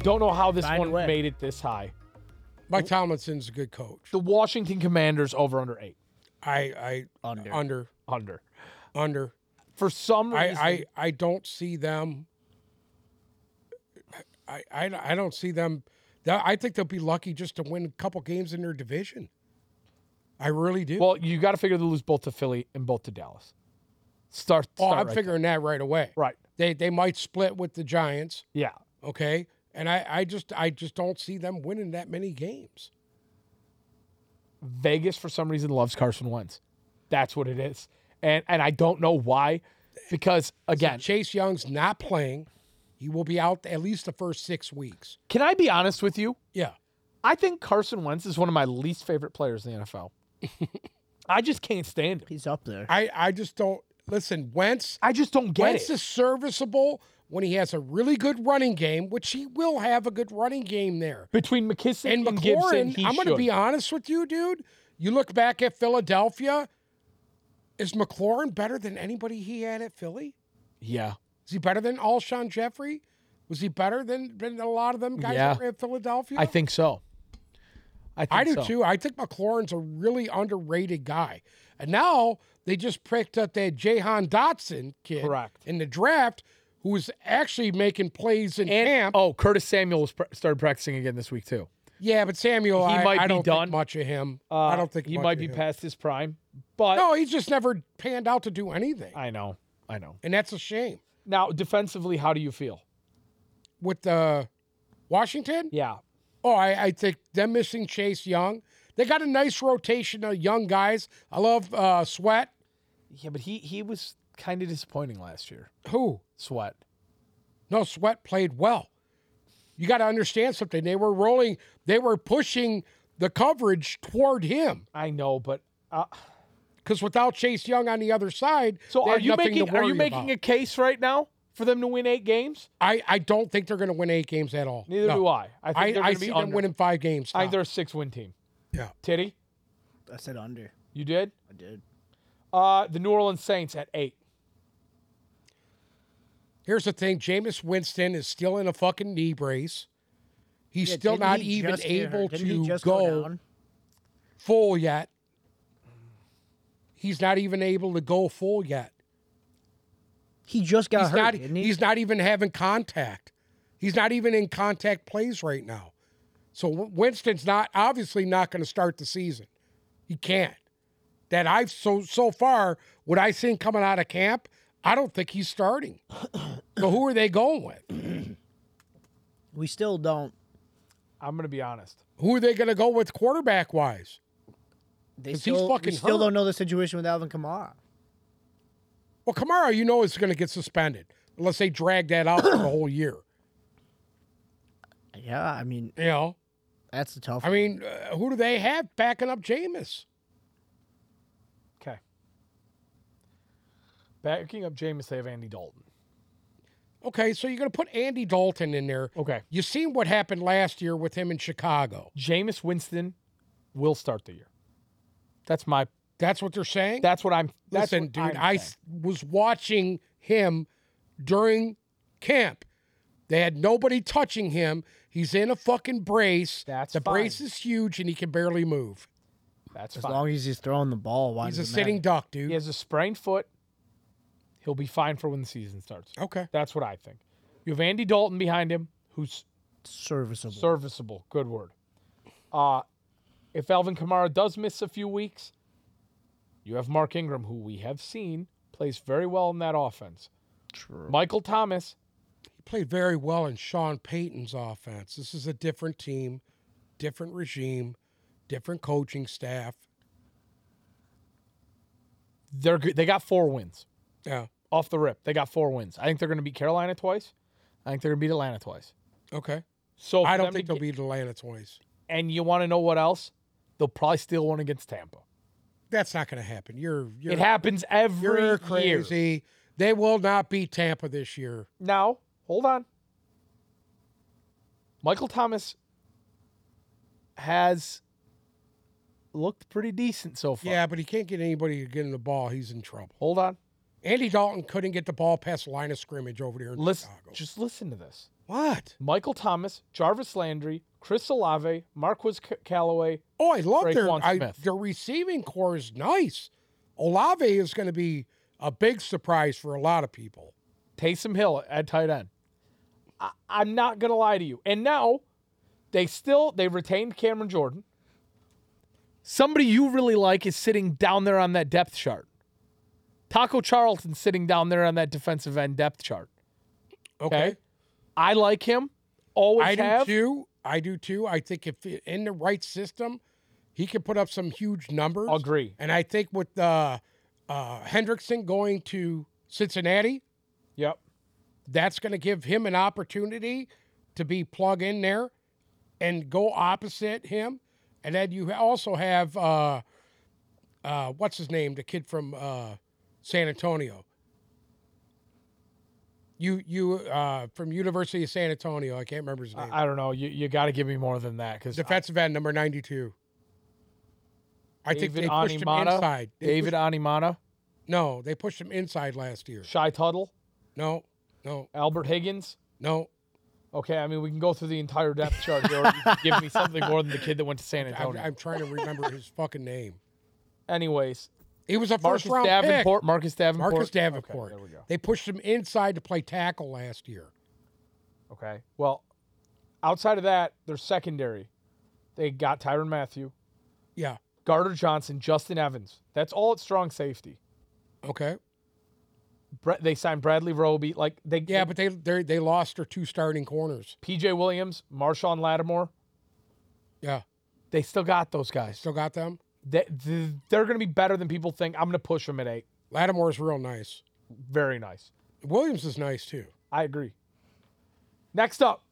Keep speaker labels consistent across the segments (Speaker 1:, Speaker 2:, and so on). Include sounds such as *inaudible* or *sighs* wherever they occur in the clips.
Speaker 1: Don't know how this
Speaker 2: Find a
Speaker 1: one
Speaker 2: way.
Speaker 1: made it this high.
Speaker 3: Mike Tomlinson's a good coach.
Speaker 1: The Washington Commanders over under eight.
Speaker 3: I I
Speaker 2: Under.
Speaker 3: under
Speaker 1: Under.
Speaker 3: under.
Speaker 1: For some reason,
Speaker 3: I, I I don't see them. I, I I don't see them. that- I think they'll be lucky just to win a couple games in their division. I really do.
Speaker 1: well, you got to figure they lose both to Philly and both to Dallas. Start.
Speaker 3: oh,
Speaker 1: start
Speaker 3: I'm
Speaker 1: right
Speaker 3: figuring that right away.
Speaker 1: there. Right.
Speaker 3: They they might split with the Giants,
Speaker 1: Yeah.
Speaker 3: okay? And I I just I just don't see them winning that many games.
Speaker 1: Vegas for some reason loves Carson Wentz. That's what it is, and and I don't know why, because again,
Speaker 3: Chase Young's not playing. He will be out at least the first six weeks.
Speaker 1: can I be honest with you?
Speaker 3: Yeah.
Speaker 1: I think Carson Wentz is one of my least favorite players in the NFL. *laughs* I just can't stand him.
Speaker 2: He's up there.
Speaker 3: I I just don't listen. Wentz
Speaker 1: I just don't get
Speaker 3: Wentz
Speaker 1: it.
Speaker 3: is serviceable when he has a really good running game, which he will have a good running game there.
Speaker 1: Between McKissick
Speaker 3: And
Speaker 1: and,
Speaker 3: McLaurin,
Speaker 1: Gibson, he
Speaker 3: I'm going to
Speaker 1: should.
Speaker 3: be honest with you, dude. You look back at Philadelphia. Is McLaurin better than anybody he had at Philly?
Speaker 1: yeah,
Speaker 3: Is he better than Alshon Jeffrey? Was he better than, than a lot of them guys
Speaker 1: Yeah.
Speaker 3: that were at Philadelphia?
Speaker 1: I think so. I think
Speaker 3: I do
Speaker 1: so.
Speaker 3: too. I think McLaurin's a really underrated guy. And now they just picked up that Jahan Dotson kid
Speaker 1: Correct.
Speaker 3: in the draft who is actually making plays in
Speaker 1: And
Speaker 3: camp.
Speaker 1: oh, Curtis Samuel was pr- started practicing again this week too.
Speaker 3: Yeah, but Samuel,
Speaker 1: He
Speaker 3: I,
Speaker 1: might
Speaker 3: I
Speaker 1: be
Speaker 3: don't
Speaker 1: done.
Speaker 3: think much of him.
Speaker 1: Uh,
Speaker 3: I don't think
Speaker 1: he
Speaker 3: much
Speaker 1: might
Speaker 3: of
Speaker 1: be
Speaker 3: him.
Speaker 1: past his prime, but
Speaker 3: No, he's just never panned out to do anything,
Speaker 1: I know, I know.
Speaker 3: and that's a shame.
Speaker 1: Now, defensively, how do you feel?
Speaker 3: With uh, Washington,
Speaker 1: Yeah,
Speaker 3: oh, I, I think them missing Chase Young. They got a nice rotation of young guys. I love uh, Sweat.
Speaker 1: yeah, but he he was kind of disappointing last year.
Speaker 3: Who?
Speaker 1: Sweat.
Speaker 3: No, Sweat played well. You got to understand something. They were rolling. They were pushing the coverage toward him
Speaker 1: I know, but uh,
Speaker 3: because without Chase Young on the other side,
Speaker 1: so
Speaker 3: they
Speaker 1: are
Speaker 3: had
Speaker 1: you
Speaker 3: nothing to
Speaker 1: making are you
Speaker 3: worry
Speaker 1: making
Speaker 3: about.
Speaker 1: a case right now for them to win eight games?
Speaker 3: I, I don't think they're going to win eight games at all.
Speaker 1: Neither
Speaker 3: No.
Speaker 1: do I. I think
Speaker 3: I,
Speaker 1: they're
Speaker 3: I
Speaker 1: going to
Speaker 3: see
Speaker 1: be
Speaker 3: them
Speaker 1: under.
Speaker 3: winning five games.
Speaker 1: I think
Speaker 3: top.
Speaker 1: they're a six-win team.
Speaker 3: Yeah.
Speaker 1: Titty,
Speaker 2: I said under.
Speaker 1: you did.
Speaker 2: I did.
Speaker 1: Uh, the New Orleans Saints at eight.
Speaker 3: Here's the thing: Jameis Winston is still in a fucking knee brace. He's
Speaker 2: Yeah,
Speaker 3: still
Speaker 2: didn't
Speaker 3: not
Speaker 2: he
Speaker 3: even
Speaker 2: just get hurt?
Speaker 3: able
Speaker 2: Didn't he
Speaker 3: to
Speaker 2: just
Speaker 3: go
Speaker 2: down?
Speaker 3: full yet. He's not even able to go full yet.
Speaker 2: He just got
Speaker 3: He's
Speaker 2: hurt.
Speaker 3: not, e-
Speaker 2: didn't he?
Speaker 3: he's not even having contact. He's not even in contact plays right now. So Win- Winston's not obviously not going to start the season. He can't. That I've so so far what I've seen coming out of camp, I don't think he's
Speaker 2: *clears throat*
Speaker 3: starting. so who are they going with?
Speaker 2: we still don't.
Speaker 1: I'm going to be honest.
Speaker 3: Who are they going to go with quarterback wise?
Speaker 2: They
Speaker 3: 'Cause he's
Speaker 2: still, we
Speaker 3: fucking
Speaker 2: still
Speaker 3: hurt.
Speaker 2: don't know the situation with Alvin Kamara.
Speaker 3: Well, Kamara, you know, is going to get suspended unless they drag that out for the whole
Speaker 2: *clears throat*
Speaker 3: year.
Speaker 2: Yeah, I mean
Speaker 3: You know,
Speaker 2: that's the tough.
Speaker 3: I mean, uh, who do they have backing up Jameis?
Speaker 1: Okay. Backing up Jameis, they have Andy Dalton.
Speaker 3: Okay, so you're going to put Andy Dalton in there.
Speaker 1: Okay.
Speaker 3: You seen what happened last year with him in Chicago.
Speaker 1: Jameis Winston will start the year. That's my.
Speaker 3: That's what they're saying.
Speaker 1: That's what I'm. That's
Speaker 3: Listen,
Speaker 1: what
Speaker 3: dude,
Speaker 1: I'm
Speaker 3: I
Speaker 1: saying.
Speaker 3: s- was watching him during camp. They had nobody touching him. He's in a fucking brace.
Speaker 1: That's
Speaker 3: the
Speaker 1: fine.
Speaker 3: brace is huge, and he can barely move.
Speaker 1: That's
Speaker 2: as
Speaker 1: fine.
Speaker 2: long as he's throwing the ball, why
Speaker 3: He's a
Speaker 2: does it matter?
Speaker 3: sitting duck, dude.
Speaker 1: he has a sprained foot. He'll be fine for when the season starts.
Speaker 3: Okay.
Speaker 1: That's what I think. You have Andy Dalton behind him, who's
Speaker 2: serviceable.
Speaker 1: serviceable. Good word. Uh, if Alvin Kamara does miss a few weeks, you have Mark Ingram, who we have seen plays very well in that offense.
Speaker 2: True.
Speaker 1: Michael Thomas,
Speaker 3: played very well in Sean Payton's offense. This is a different team, different regime, different coaching staff.
Speaker 1: they're good. They got four wins
Speaker 3: Yeah.
Speaker 1: off the rip. They got four wins. I think they're going to beat Carolina twice. I think they're going to beat Atlanta twice.
Speaker 3: Okay.
Speaker 1: So
Speaker 3: I
Speaker 1: for
Speaker 3: don't
Speaker 1: them to
Speaker 3: think they'll
Speaker 1: get-
Speaker 3: beat Atlanta twice.
Speaker 1: And you want to know what else? They'll probably steal one against Tampa.
Speaker 3: That's not going to happen. You're you're,
Speaker 1: It happens every
Speaker 3: you're
Speaker 1: year.
Speaker 3: crazy. They will not beat Tampa this year.
Speaker 1: Now, hold on. Michael Thomas has looked pretty decent so far.
Speaker 3: Yeah, but he can't get anybody to get in the ball. He's in trouble.
Speaker 1: Hold on.
Speaker 3: Andy Dalton couldn't get the ball past the line of scrimmage over there in
Speaker 1: Listen,
Speaker 3: Chicago.
Speaker 1: just listen to this.
Speaker 3: What?
Speaker 1: Michael Thomas, Jarvis Landry, Chris Olave, Marquez C- Callaway.
Speaker 3: Oh, I love their
Speaker 1: Raekwon
Speaker 3: I,
Speaker 1: Smith.
Speaker 3: their receiving core is nice. Olave is going to be a big surprise for a lot of people.
Speaker 1: Taysom Hill at tight end. I, I'm not gonna lie to you. And now they still they retained Cameron Jordan. Somebody you really like is sitting down there on that depth chart. Taco Charlton sitting down there on that defensive end depth chart.
Speaker 3: Okay,
Speaker 1: Okay, I like him. Always
Speaker 3: I do
Speaker 1: have.
Speaker 3: too. I do too. I think if it- in the right system, he could put up some huge numbers.
Speaker 1: Agree.
Speaker 3: And I think with uh, uh, Hendrickson going to Cincinnati,
Speaker 1: Yep.
Speaker 3: that's going to give him an opportunity to be plug in there and go opposite him. And then you also have uh, uh, what's his name, the kid from uh, San Antonio. You you uh, from University of San Antonio. I can't remember his name.
Speaker 1: I, I don't know. You you got to give me more than that because
Speaker 3: Defensive end number ninety two. I think they
Speaker 1: David
Speaker 3: pushed him
Speaker 1: Animata?
Speaker 3: inside. They
Speaker 1: David Animata,
Speaker 3: pushed- no, they pushed him inside last year.
Speaker 1: Shy Tuttle,
Speaker 3: No, no,
Speaker 1: Albert Higgins.
Speaker 3: no.
Speaker 1: Okay, I mean we can go through the entire depth chart here. or you can give me something more than the kid that went to San
Speaker 3: I'm,
Speaker 1: Antonio.
Speaker 3: I'm trying to remember his fucking name.
Speaker 1: Anyways,
Speaker 3: He was a
Speaker 1: Marcus
Speaker 3: first round pick.
Speaker 1: Davenport. Marcus Davenport.
Speaker 3: Marcus
Speaker 1: Okay,
Speaker 3: Davenport.
Speaker 1: there we go.
Speaker 3: They pushed him inside to play tackle last year.
Speaker 1: Okay. Well, outside of that, their secondary, they got Tyron Matthew,
Speaker 3: Yeah.
Speaker 1: Gardner Johnson, Justin Evans. That's all at strong safety.
Speaker 3: Okay.
Speaker 1: Bre- they signed Bradley Roby. Like they,
Speaker 3: Yeah,
Speaker 1: they-
Speaker 3: but they they they lost their two starting corners.
Speaker 1: PJ Williams, Marshawn Lattimore.
Speaker 3: Yeah.
Speaker 1: They still got those guys.
Speaker 3: Still got them.
Speaker 1: They, th- they're going to be better than people think. I'm going to push them at eight.
Speaker 3: Lattimore's real nice.
Speaker 1: Very nice.
Speaker 3: Williams is nice too.
Speaker 1: I agree. Next up,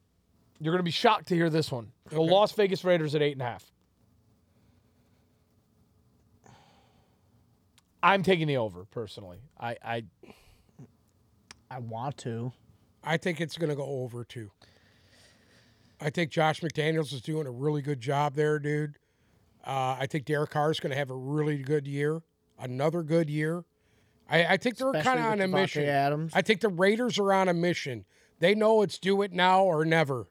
Speaker 1: you're going to be shocked to hear this one. The
Speaker 3: Okay.
Speaker 1: Las Vegas Raiders at eight and a half. I'm taking the over personally. I, I
Speaker 2: I want to.
Speaker 3: I think it's going to go over too. I think Josh McDaniels is doing a really good job there, dude. Uh, I think Derek Carr is going to have a really good year, another good year. I, I think they're kind of on a
Speaker 2: Especially with Devontae
Speaker 3: mission.
Speaker 2: Adams.
Speaker 3: I think the Raiders are on a mission. They know it's do it now or never.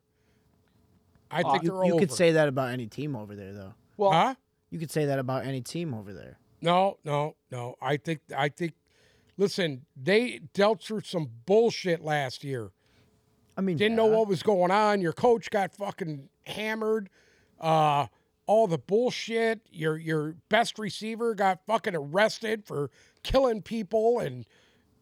Speaker 3: I think
Speaker 2: you,
Speaker 3: they're
Speaker 2: you
Speaker 3: over.
Speaker 2: could say that about any team over there, though.
Speaker 1: well,
Speaker 3: huh?
Speaker 2: You could say that about any team over there.
Speaker 3: No, no, no. I think I think. Listen, they dealt through some bullshit last year.
Speaker 2: I mean,
Speaker 3: Didn't know
Speaker 2: yeah.
Speaker 3: what was going on. Your coach got fucking hammered. Uh, all the bullshit. Your your best receiver got fucking arrested for killing people, and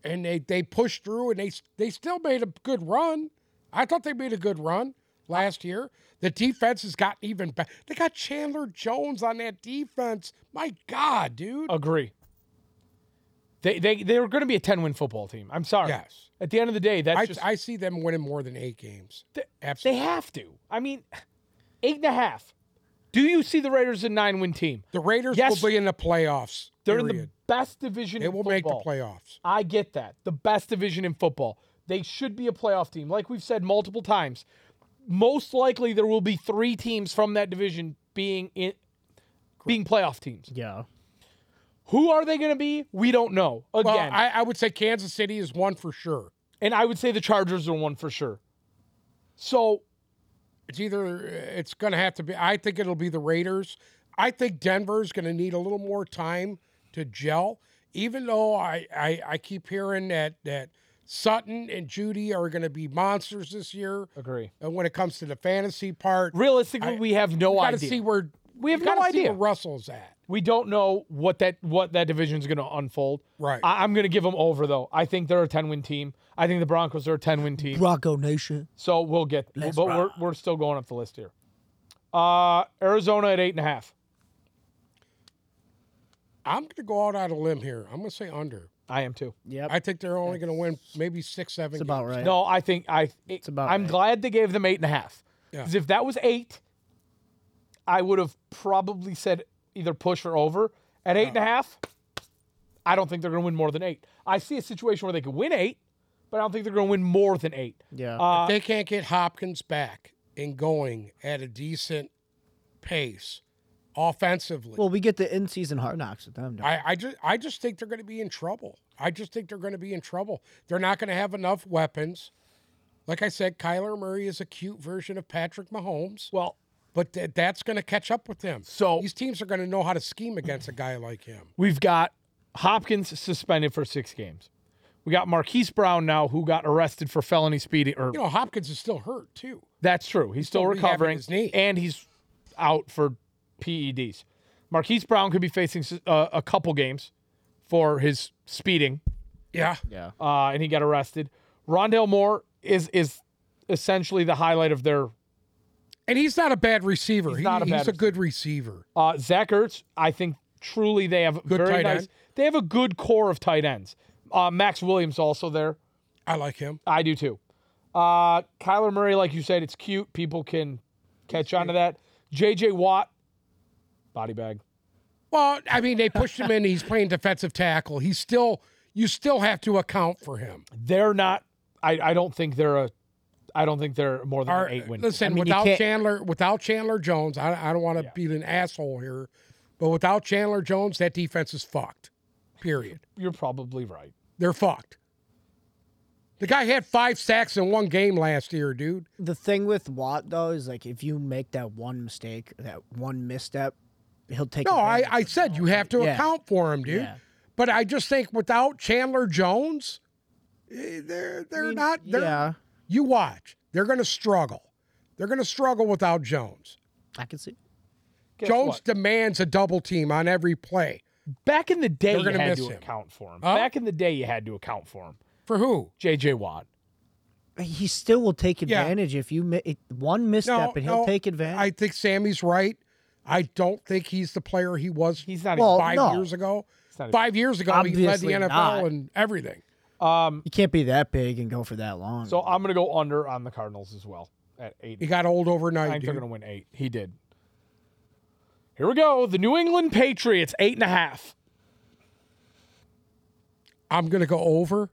Speaker 3: and they they pushed through, and they they still made a good run. I thought they made a good run last year. The defense has gotten even better. They got Chandler Jones on that defense. My God, dude.
Speaker 1: agree. They they they were going to be a ten win football team. I'm sorry.
Speaker 3: Yes.
Speaker 1: At the end of the day, that's
Speaker 3: I,
Speaker 1: just
Speaker 3: I see them winning more than eight games.
Speaker 1: they
Speaker 3: Absolutely.
Speaker 1: have to. I mean, eight and a half. Do you see the Raiders a nine win team?
Speaker 3: the Raiders
Speaker 1: Yes.
Speaker 3: will be in the playoffs.
Speaker 1: They're in the
Speaker 3: period.
Speaker 1: best division.
Speaker 3: they
Speaker 1: in
Speaker 3: will
Speaker 1: football.
Speaker 3: make the playoffs.
Speaker 1: I get that. The best division in football. They should be a playoff team. Like we've said multiple times, most likely there will be three teams from that division being in being playoff teams.
Speaker 2: Yeah.
Speaker 1: Who are they going to be? We don't know. Again,
Speaker 3: Well, I, I would say Kansas City is one for sure.
Speaker 1: and I would say the Chargers are one for sure. So
Speaker 3: It's either it's going to have to be. I think it'll be the Raiders. I think Denver's going to need a little more time to gel. Even though I, I, I keep hearing that that Sutton and Judy are going to be monsters this year,
Speaker 1: agree.
Speaker 3: and when it comes to the fantasy part,
Speaker 1: Realistically, we have no
Speaker 3: got to
Speaker 1: idea.
Speaker 3: see where
Speaker 1: we have
Speaker 3: got
Speaker 1: no
Speaker 3: to see
Speaker 1: idea.
Speaker 3: where Russell's at.
Speaker 1: we don't know what that what that division's going to unfold.
Speaker 3: Right.
Speaker 1: I, I'm going to give them over though. I think they're a 10 win team. I think the Broncos are a 10 win team.
Speaker 2: Rocco Nation.
Speaker 1: So we'll get,
Speaker 2: Let's
Speaker 1: but we're,
Speaker 2: rock.
Speaker 1: we're still going up the list here. Uh, Arizona at eight and a half.
Speaker 3: I'm going to go out on a limb here. I'm going to say under.
Speaker 1: I am too.
Speaker 2: Yep.
Speaker 3: I think they're only going to win maybe six, seven.
Speaker 2: That's about
Speaker 3: games.
Speaker 2: right.
Speaker 1: No, I think I. It's
Speaker 2: about
Speaker 1: I'm
Speaker 2: right.
Speaker 1: glad they gave them eight and a half.
Speaker 3: Yeah.
Speaker 1: Because if that was eight, I would have probably said either push or over. At eight and a half, I don't think they're going to win more than eight. I see a situation where they could win eight, but I don't think they're going to win more than eight.
Speaker 2: Yeah.
Speaker 1: Uh,
Speaker 3: they can't get Hopkins back and going at a decent pace offensively.
Speaker 2: well, we get the in-season hard knocks with them. don't we?
Speaker 3: I, I just I just think they're going to be in trouble. I just think they're going to be in trouble. They're not going to have enough weapons. Like I said, Kyler Murray is a cute version of Patrick Mahomes,
Speaker 1: Well,
Speaker 3: but th- that's going to catch up with him.
Speaker 1: so
Speaker 3: These teams are going to know how to scheme against a guy like him.
Speaker 1: We've got Hopkins suspended for six games. We got Marquise Brown now, who got arrested for felony speeding. Or
Speaker 3: You know, Hopkins is still hurt too.
Speaker 1: that's true. He's, still
Speaker 3: still rehabbing
Speaker 1: recovering,
Speaker 3: his knee.
Speaker 1: and he's out for PEDs. Marquise Brown could be facing s- uh, a couple games for his speeding,
Speaker 3: Yeah.
Speaker 2: Yeah.
Speaker 1: uh, and he got arrested. Rondell Moore is is essentially the highlight of their
Speaker 3: And he's not a bad receiver. He's,
Speaker 1: not a bad
Speaker 3: he's a good receiver.
Speaker 1: Uh, Zach Ertz, I think truly they have very
Speaker 3: tight
Speaker 1: nice.
Speaker 3: end.
Speaker 1: They have a good core of tight ends. Uh, Max Williams also there.
Speaker 3: I like him.
Speaker 1: I do too. Uh, Kyler Murray, like you said, it's cute. People can catch on to that. J.J. Watt, body bag.
Speaker 3: Well, I mean, they pushed him in. He's playing defensive tackle. He's still, you still have to account for him.
Speaker 1: They're not. I, I don't think they're a. I don't think they're more than
Speaker 3: Our-
Speaker 1: an eight win.
Speaker 3: listen,
Speaker 2: I mean, you
Speaker 3: without
Speaker 2: can't-
Speaker 3: Chandler, without Chandler Jones, I, I don't want to be an asshole here, but without Chandler Jones, that defense is fucked. Period.
Speaker 1: You're probably right.
Speaker 3: They're fucked. The guy had five sacks in one game last year, dude.
Speaker 2: The thing with Watt though is like if you make that one mistake, that one misstep, he'll take.
Speaker 3: No, I,
Speaker 2: advantage.
Speaker 3: I said you have to
Speaker 2: Yeah.
Speaker 3: account for him, dude.
Speaker 2: Yeah.
Speaker 3: But I just think without Chandler Jones, eh, they're they're not. They're,
Speaker 2: yeah,
Speaker 3: You watch. They're going to struggle. They're going to struggle without Jones.
Speaker 2: I can see.
Speaker 1: Guess
Speaker 3: Jones
Speaker 1: what?
Speaker 3: demands a double team on every play.
Speaker 1: Back in the day,
Speaker 3: They're
Speaker 1: you
Speaker 3: gonna
Speaker 1: had
Speaker 3: miss
Speaker 1: to
Speaker 3: him.
Speaker 1: account for him.
Speaker 3: Huh?
Speaker 1: Back in the day, you had to account for him.
Speaker 3: For who?
Speaker 1: J.J. Watt.
Speaker 2: He still will take
Speaker 3: Yeah.
Speaker 2: advantage if you mi- it, one misstep, and he'll
Speaker 3: no,
Speaker 2: take advantage.
Speaker 3: I think Sammy's right. I don't think he's the player he was
Speaker 1: He's not.
Speaker 2: Well,
Speaker 3: five
Speaker 2: Oh, no.
Speaker 3: years ago.
Speaker 1: not even-
Speaker 3: Five years ago, he led the
Speaker 2: Obviously
Speaker 3: NFL
Speaker 2: not.
Speaker 3: and everything.
Speaker 1: even, um.
Speaker 2: you can't be that big and go for that long.
Speaker 1: So I'm gonna go under on the Cardinals as well at eight.
Speaker 3: He got old
Speaker 1: I
Speaker 3: overnight.
Speaker 1: think they're
Speaker 3: Dude.
Speaker 1: gonna win eight. He did. Here we go. The New England Patriots eight and a half.
Speaker 3: I'm going to go over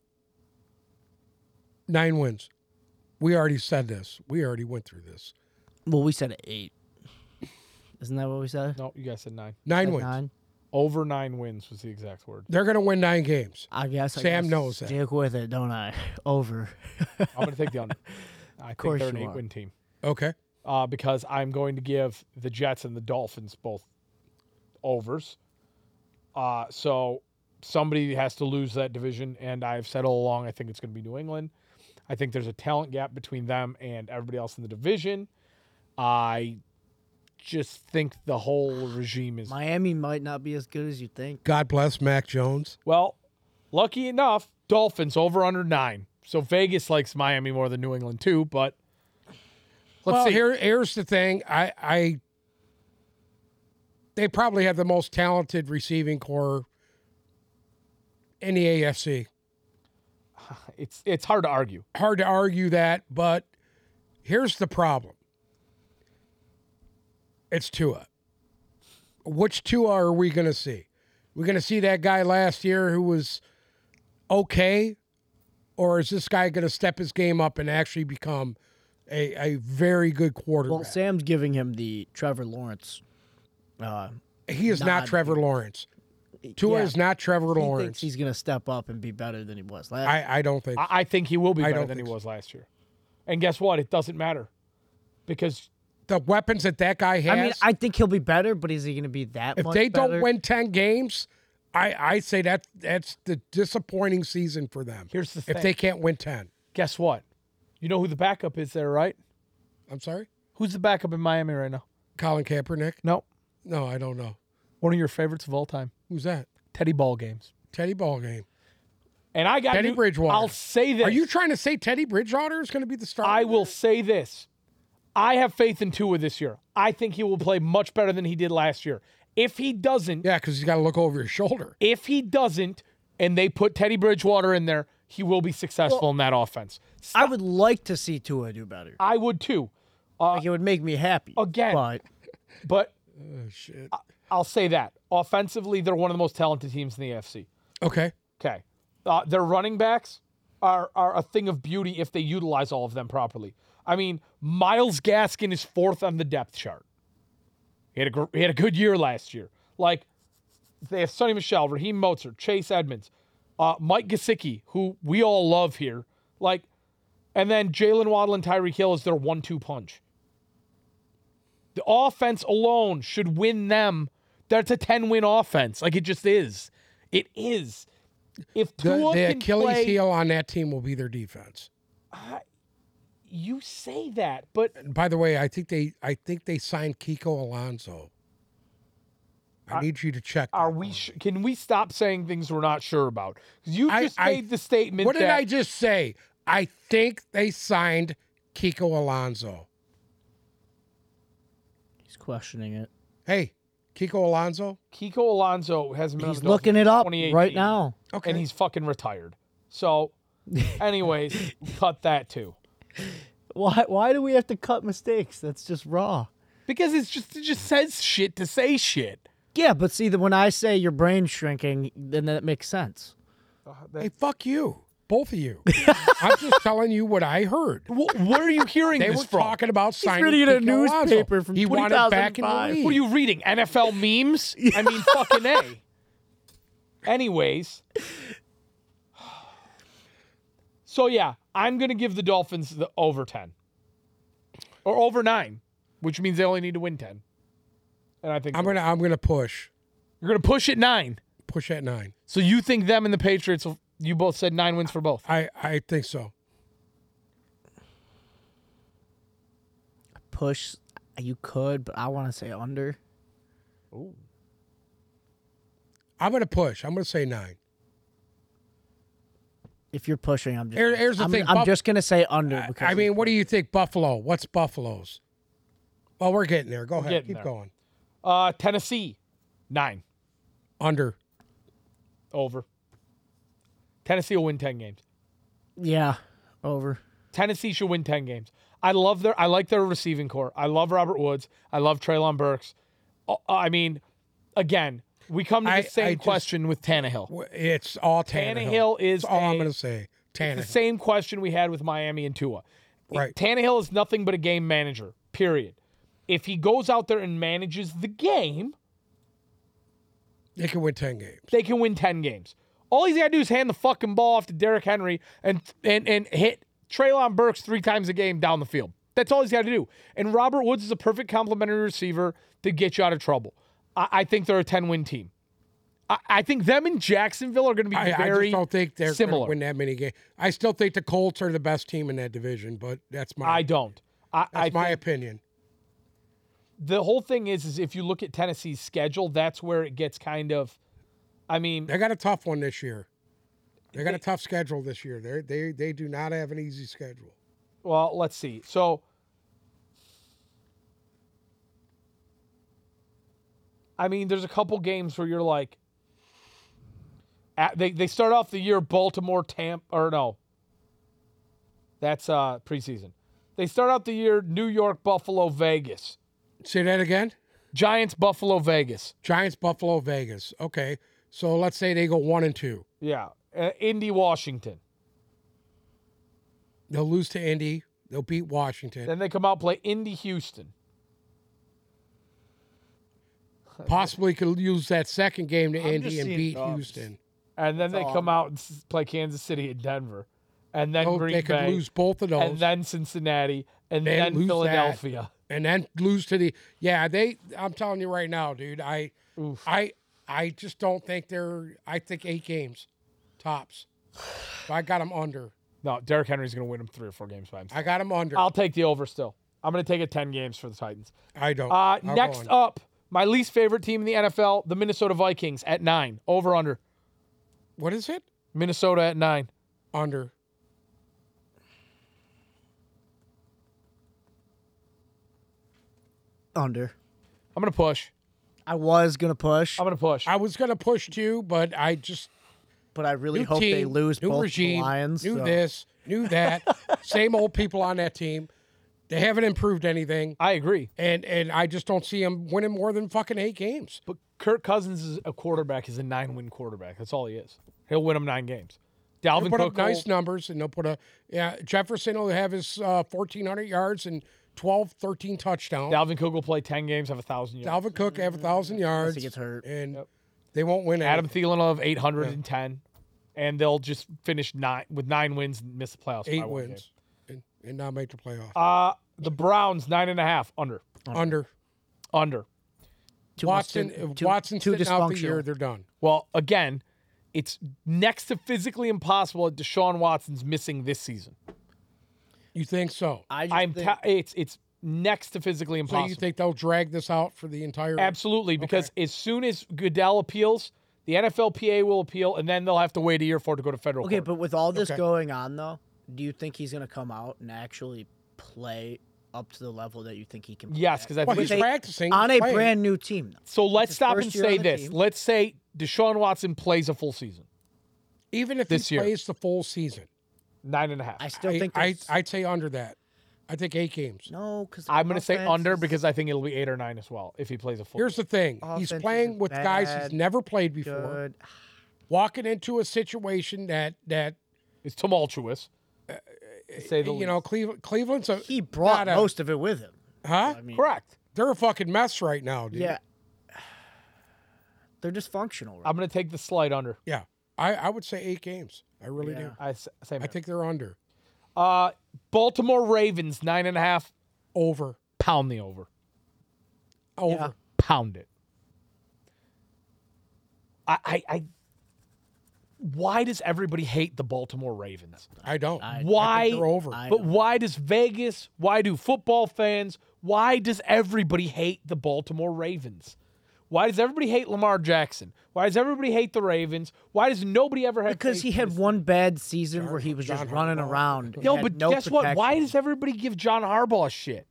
Speaker 3: nine wins. We already said this. We already went through this.
Speaker 2: well, we said eight. Isn't that what we said?
Speaker 1: No, you guys said nine.
Speaker 3: Nine
Speaker 2: Said
Speaker 3: wins.
Speaker 2: nine?
Speaker 1: Over nine wins was the exact word.
Speaker 3: They're going to win nine games.
Speaker 2: I guess I
Speaker 3: Sam
Speaker 2: gotta
Speaker 3: knows that.
Speaker 2: stick with it, don't I? *laughs* Over.
Speaker 1: I'm gonna take the
Speaker 2: *laughs*
Speaker 1: under. I think
Speaker 2: course
Speaker 1: they're an
Speaker 2: you
Speaker 1: eight
Speaker 2: are.
Speaker 1: win team
Speaker 3: Okay.
Speaker 1: uh, because I'm going to give the Jets and the Dolphins both overs. Uh, so somebody has to lose that division, and I've said all along I think it's going to be New England. I think there's a talent gap between them and everybody else in the division. I just think the whole regime is
Speaker 2: Miami might not be as good as you think.
Speaker 3: God bless Mac Jones.
Speaker 1: Well, lucky enough, Dolphins over under nine. So Vegas likes Miami more than New England too, but let's
Speaker 3: well,
Speaker 1: see.
Speaker 3: here here's the thing. I I they probably have the most talented receiving core in the AFC.
Speaker 1: it's it's hard to argue.
Speaker 3: Hard to argue that, but here's the problem. It's Tua. Which Tua are we going to see? We're going to see that guy last year who was okay, or is this guy going to step his game up and actually become a, a very good quarterback?
Speaker 2: Well, Sam's giving him the Trevor Lawrence. Uh,
Speaker 3: He is not
Speaker 2: Not-
Speaker 3: Trevor Lawrence. Tua
Speaker 2: yeah,
Speaker 3: is not Trevor
Speaker 2: he thinks
Speaker 3: Lawrence.
Speaker 2: he's gonna step up and be better than he was last.
Speaker 3: I, I don't think.
Speaker 1: I, I think he will be
Speaker 3: I
Speaker 1: better
Speaker 3: don't
Speaker 1: than he
Speaker 3: think
Speaker 1: was last year. And guess what? It doesn't matter because
Speaker 3: the weapons that that guy has.
Speaker 2: I mean, I think he'll be better, but is he gonna be that
Speaker 3: if
Speaker 2: much
Speaker 3: they
Speaker 2: better?
Speaker 3: don't win ten games, I, I say that that's the disappointing season for them.
Speaker 1: here's the thing.
Speaker 3: if they can't win ten,
Speaker 1: guess what? You know who the backup is there, right?
Speaker 3: I'm sorry,
Speaker 1: Who's the backup in Miami right now?
Speaker 3: Colin Kaepernick.
Speaker 1: No,
Speaker 3: No, I don't know
Speaker 1: one of your favorites of all time,
Speaker 3: who's that.
Speaker 1: Teddy Ball games.
Speaker 3: Teddy Ballgame.
Speaker 1: And I got
Speaker 3: Teddy
Speaker 1: new-
Speaker 3: Bridgewater.
Speaker 1: I'll say this.
Speaker 3: Are you trying to say Teddy Bridgewater is going to be the starter?
Speaker 1: I will say this. I have faith in Tua this year. I think he will play much better than he did last year. If he doesn't,
Speaker 3: Yeah, because you got to look over your shoulder.
Speaker 1: if he doesn't, and they put Teddy Bridgewater in there, he will be successful in that offense.
Speaker 2: I would like to see Tua do better.
Speaker 3: Uh,
Speaker 1: I would too.
Speaker 2: Like, it would make me happy.
Speaker 1: Again.
Speaker 2: but
Speaker 1: But
Speaker 3: Oh, shit.
Speaker 1: I'll say that. Offensively, they're one of the most talented teams in the AFC.
Speaker 3: Okay.
Speaker 1: Okay. Uh, their running backs are, are a thing of beauty if they utilize all of them properly. I mean, Miles Gaskin is fourth on the depth chart. He had a, gr- he had a good year last year. Like, they have Sonny Michelle, Raheem Mozart, Chase Edmonds, uh, Mike Gesicki, who we all love here. Like, And then Jalen Waddle and Tyreek Hill is their one-two punch. The offense alone should win them. That's a 10-win offense. Like it just is. It is. If
Speaker 3: The,
Speaker 1: Tua
Speaker 3: the
Speaker 1: can
Speaker 3: Achilles
Speaker 1: play,
Speaker 3: heel on that team will be their defense.
Speaker 1: you say that, but
Speaker 3: And by the way, I think they I think they signed Kiko Alonso. I, need you to check.
Speaker 1: are we? Sh- can we stop saying things we're not sure about? 'Cause you
Speaker 3: I-
Speaker 1: just
Speaker 3: I-
Speaker 1: made the statement.
Speaker 3: What did
Speaker 1: that-
Speaker 3: I just say? I think they signed Kiko Alonso.
Speaker 2: He's questioning it.
Speaker 3: Hey, Kiko Alonso.
Speaker 1: Kiko Alonso hasn't been. on the
Speaker 2: He's
Speaker 1: Dolphins
Speaker 2: looking it
Speaker 1: since
Speaker 2: up
Speaker 1: 2018.
Speaker 2: right now.
Speaker 3: Okay.
Speaker 1: and he's fucking retired. So, anyways, cut that too,
Speaker 2: Why? Why do we have to cut mistakes? That's just raw.
Speaker 1: because it's just it just says shit to say shit.
Speaker 2: Yeah, but see, the, when I say your brain's shrinking, then that makes sense.
Speaker 3: hey, fuck you, both
Speaker 1: *laughs*
Speaker 3: of you. I'm just telling you what I heard.
Speaker 1: Wh- where are you hearing
Speaker 3: They
Speaker 1: this
Speaker 3: were
Speaker 1: from?
Speaker 3: talking about signing
Speaker 2: reading a
Speaker 3: Kiko Alonso.
Speaker 2: newspaper from
Speaker 3: he wanted back in the
Speaker 2: 2005.
Speaker 3: league.
Speaker 1: What are you reading? NFL memes? I mean, fucking a. Anyways, so yeah, I'm gonna give the Dolphins the over ten or over nine, which means they only need to win ten. And I think
Speaker 3: I'm gonna I'm gonna push
Speaker 1: you're gonna push it nine.
Speaker 3: push at nine.
Speaker 1: So you think them and the Patriots? will- You both said nine wins for both.
Speaker 3: I I think so.
Speaker 2: Push, you could, but I want to say under.
Speaker 3: I'm gonna push. I'm gonna say nine.
Speaker 2: If you're pushing, I'm just.
Speaker 3: Here- here's the
Speaker 2: I'm,
Speaker 3: thing,
Speaker 2: I'm
Speaker 3: Buff-
Speaker 2: just gonna say under because
Speaker 3: I mean, what do you think, Buffalo? What's Buffalo's? Well, we're getting there. Go ahead.
Speaker 1: getting
Speaker 3: Keep
Speaker 1: there.
Speaker 3: going.
Speaker 1: Uh, Tennessee, nine
Speaker 3: Under.
Speaker 1: over. Tennessee will win ten games.
Speaker 2: yeah, over.
Speaker 1: Tennessee should win ten games. I love their. I like their receiving core. I love Robert Woods. I love Traylon Burks. Uh, I mean, again, we come to the
Speaker 3: I-
Speaker 1: same
Speaker 3: I just-
Speaker 1: question with Tannehill.
Speaker 3: W- It's all Tannehill.
Speaker 1: Tannehill is
Speaker 3: That's all i
Speaker 1: a-
Speaker 3: I'm gonna say.
Speaker 1: The
Speaker 3: Tannehill.
Speaker 1: same question we had with Miami and Tua.
Speaker 3: Right.
Speaker 1: Tannehill is nothing but a game manager. Period. If he goes out there and manages the game,
Speaker 3: They can win ten games.
Speaker 1: they can win 10 games. All he's got to do is hand the fucking ball off to Derrick Henry and and and hit Traylon Burks three times a game down the field. That's all he's got to do. And Robert Woods is a perfect complementary receiver to get you out of trouble. I, I think they're a 10 win team. I, I think them and Jacksonville are going to be
Speaker 3: I, I
Speaker 1: very.
Speaker 3: just don't think they're
Speaker 1: similar.
Speaker 3: gonna win that many games. I still think the Colts are the best team in that division, but that's my
Speaker 1: I don't. I, I
Speaker 3: that's my
Speaker 1: think
Speaker 3: opinion.
Speaker 1: the whole thing is, is if you look at Tennessee's schedule, that's where it gets kind of. I mean,
Speaker 3: They got a tough one this year. They got a tough schedule this year. They they they do not have an easy schedule.
Speaker 1: Well, let's see. So, I mean, there's a couple games where you're like, at, they they start off the year Baltimore, Tampa, or no, that's uh preseason. They start out the year New York, Buffalo, Vegas,
Speaker 3: Say that again.
Speaker 1: Giants, Buffalo, Vegas.
Speaker 3: Giants, Buffalo, Vegas. Okay, so let's say they go one and two.
Speaker 1: Yeah, uh, Indy, Washington.
Speaker 3: They'll lose to Indy. They'll beat Washington.
Speaker 1: Then they come out play Indy, Houston.
Speaker 3: Possibly could use that second game to
Speaker 2: I'm
Speaker 3: Indy
Speaker 2: just
Speaker 3: and
Speaker 2: seeing
Speaker 3: beat
Speaker 2: dogs.
Speaker 3: Houston.
Speaker 1: And then they
Speaker 2: That's all
Speaker 1: come out and s- play Kansas City and Denver, and then
Speaker 3: Oh,
Speaker 1: Green
Speaker 3: they could
Speaker 1: Bay.
Speaker 3: lose both of those
Speaker 1: and then Cincinnati, and
Speaker 3: They
Speaker 1: then
Speaker 3: lose that.
Speaker 1: Philadelphia.
Speaker 3: and then lose to the yeah they i'm telling you right now dude i i i just don't think they're i think eight games tops so i got them under
Speaker 1: No, Derrick Henry's going to win them three or four games by himself.
Speaker 3: i got them under
Speaker 1: I'll take the over still. I'm going to take it 10 games for the Titans.
Speaker 3: i don't
Speaker 1: Uh,
Speaker 3: I'll go
Speaker 1: next
Speaker 3: under.
Speaker 1: up, my least favorite team in the NFL, the Minnesota Vikings at nine. Over under.
Speaker 3: what is it
Speaker 1: Minnesota at nine.
Speaker 3: under
Speaker 2: Under.
Speaker 1: I'm going to push.
Speaker 2: I was gonna push,
Speaker 1: I'm going to push.
Speaker 3: i was gonna push two but i just
Speaker 2: but I really
Speaker 3: new
Speaker 2: hope
Speaker 3: team,
Speaker 2: they lose
Speaker 3: new
Speaker 2: both to
Speaker 3: regime,
Speaker 2: the Lions.
Speaker 3: new
Speaker 2: so-
Speaker 3: this new
Speaker 2: *laughs*
Speaker 3: that same old people on that team they haven't improved anything
Speaker 1: I agree.
Speaker 3: and and i just don't see them winning more than fucking eight games
Speaker 1: But Kirk Cousins is a quarterback, is a nine win quarterback. That's all he is. He'll win them nine games. Dalvin
Speaker 3: They'll put
Speaker 1: Cook
Speaker 3: up
Speaker 1: will-
Speaker 3: nice numbers and they'll put a yeah jefferson will have his uh, 1400 yards and 12 13 touchdowns
Speaker 1: Dalvin Cook will play 10 games, have a 1,000 yards.
Speaker 3: dalvin cook have a thousand yards
Speaker 2: gets hurt.
Speaker 3: and they won't win
Speaker 1: Adam
Speaker 3: anything.
Speaker 1: Thielen of 810, and they'll just finish nine with nine wins and miss the playoffs. by
Speaker 3: eight
Speaker 1: one game.
Speaker 3: wins and not make the playoffs.
Speaker 1: Uh, the Browns nine and a half under
Speaker 3: Under
Speaker 1: under.
Speaker 2: Too much
Speaker 3: Watson,
Speaker 2: to-
Speaker 3: if
Speaker 2: too-
Speaker 3: Watson's
Speaker 2: too
Speaker 3: sitting out the
Speaker 2: dysfunctional.
Speaker 3: year, they're done.
Speaker 1: Well, again, it's next to physically impossible. that Deshaun Watson's missing this season.
Speaker 3: You think so?
Speaker 2: I just
Speaker 1: I'm
Speaker 2: think-
Speaker 1: ta- it's it's next to physically
Speaker 3: so
Speaker 1: impossible.
Speaker 3: you think they'll drag this out for the entire?
Speaker 1: Absolutely, because as soon as Goodell appeals, the NFLPA will appeal, and then they'll have to wait a year for it to go to federal
Speaker 2: okay,
Speaker 1: court.
Speaker 2: but with all this
Speaker 3: Okay.
Speaker 2: going on though, do you think he's gonna come out and actually play up to the level that you think he can? Play
Speaker 1: yes,
Speaker 2: at?
Speaker 1: because I
Speaker 3: well,
Speaker 1: think
Speaker 3: he's
Speaker 2: they-
Speaker 3: practicing
Speaker 2: on a
Speaker 3: playing.
Speaker 2: brand new team. Though.
Speaker 1: so. Let's
Speaker 2: his
Speaker 1: stop
Speaker 2: first
Speaker 1: and
Speaker 2: year on
Speaker 1: say
Speaker 2: the
Speaker 1: this.
Speaker 2: team.
Speaker 1: Let's say Deshaun Watson plays a full season,
Speaker 3: Even if
Speaker 1: this
Speaker 3: he
Speaker 1: year.
Speaker 3: plays the full season,
Speaker 1: nine and a half.
Speaker 2: I still
Speaker 3: I,
Speaker 2: think
Speaker 3: I
Speaker 2: there's-
Speaker 3: I'd say under that. I think eight games.
Speaker 2: no, because
Speaker 1: I'm going to say under because I think it'll be eight or nine as well if he plays a full.
Speaker 3: Here's the thing: he's
Speaker 2: Offense
Speaker 3: playing
Speaker 2: is
Speaker 3: with guys he's
Speaker 2: bad.
Speaker 3: never played before,
Speaker 2: good.
Speaker 3: walking into a situation that that
Speaker 1: it's tumultuous. to say the
Speaker 3: you know
Speaker 1: least.
Speaker 3: Cleve, Cleveland's a
Speaker 2: He brought
Speaker 3: not a-
Speaker 2: most of it with him.
Speaker 3: huh?
Speaker 2: I mean,
Speaker 1: correct.
Speaker 3: They're a fucking mess right now, dude.
Speaker 2: yeah, *sighs* they're dysfunctional. Right?
Speaker 1: I'm going to take the slight under.
Speaker 3: Yeah. I, I would say eight games. I really do.
Speaker 2: Yeah.
Speaker 1: I s- same.
Speaker 3: I
Speaker 1: here.
Speaker 3: think they're under.
Speaker 1: Uh, Baltimore Ravens nine and a half.
Speaker 3: Over.
Speaker 1: Pound the over.
Speaker 3: Over.
Speaker 2: Yeah.
Speaker 1: Pound it. I, I, I. Why does everybody hate the Baltimore Ravens?
Speaker 3: I don't. I think
Speaker 1: Why?
Speaker 3: they're over.
Speaker 2: I-
Speaker 1: But why does Vegas? Why do football fans? Why does everybody hate the Baltimore Ravens? Why does everybody hate Lamar Jackson? Why does everybody hate the Ravens? Why does nobody ever have faith
Speaker 2: because he
Speaker 1: in
Speaker 2: had
Speaker 1: this-
Speaker 2: one bad season where he was
Speaker 3: John
Speaker 2: just running
Speaker 3: Harbaugh.
Speaker 2: around. and
Speaker 1: no,
Speaker 2: had
Speaker 1: but
Speaker 2: no
Speaker 1: guess what? Why
Speaker 2: protection.
Speaker 1: does everybody give John Harbaugh shit?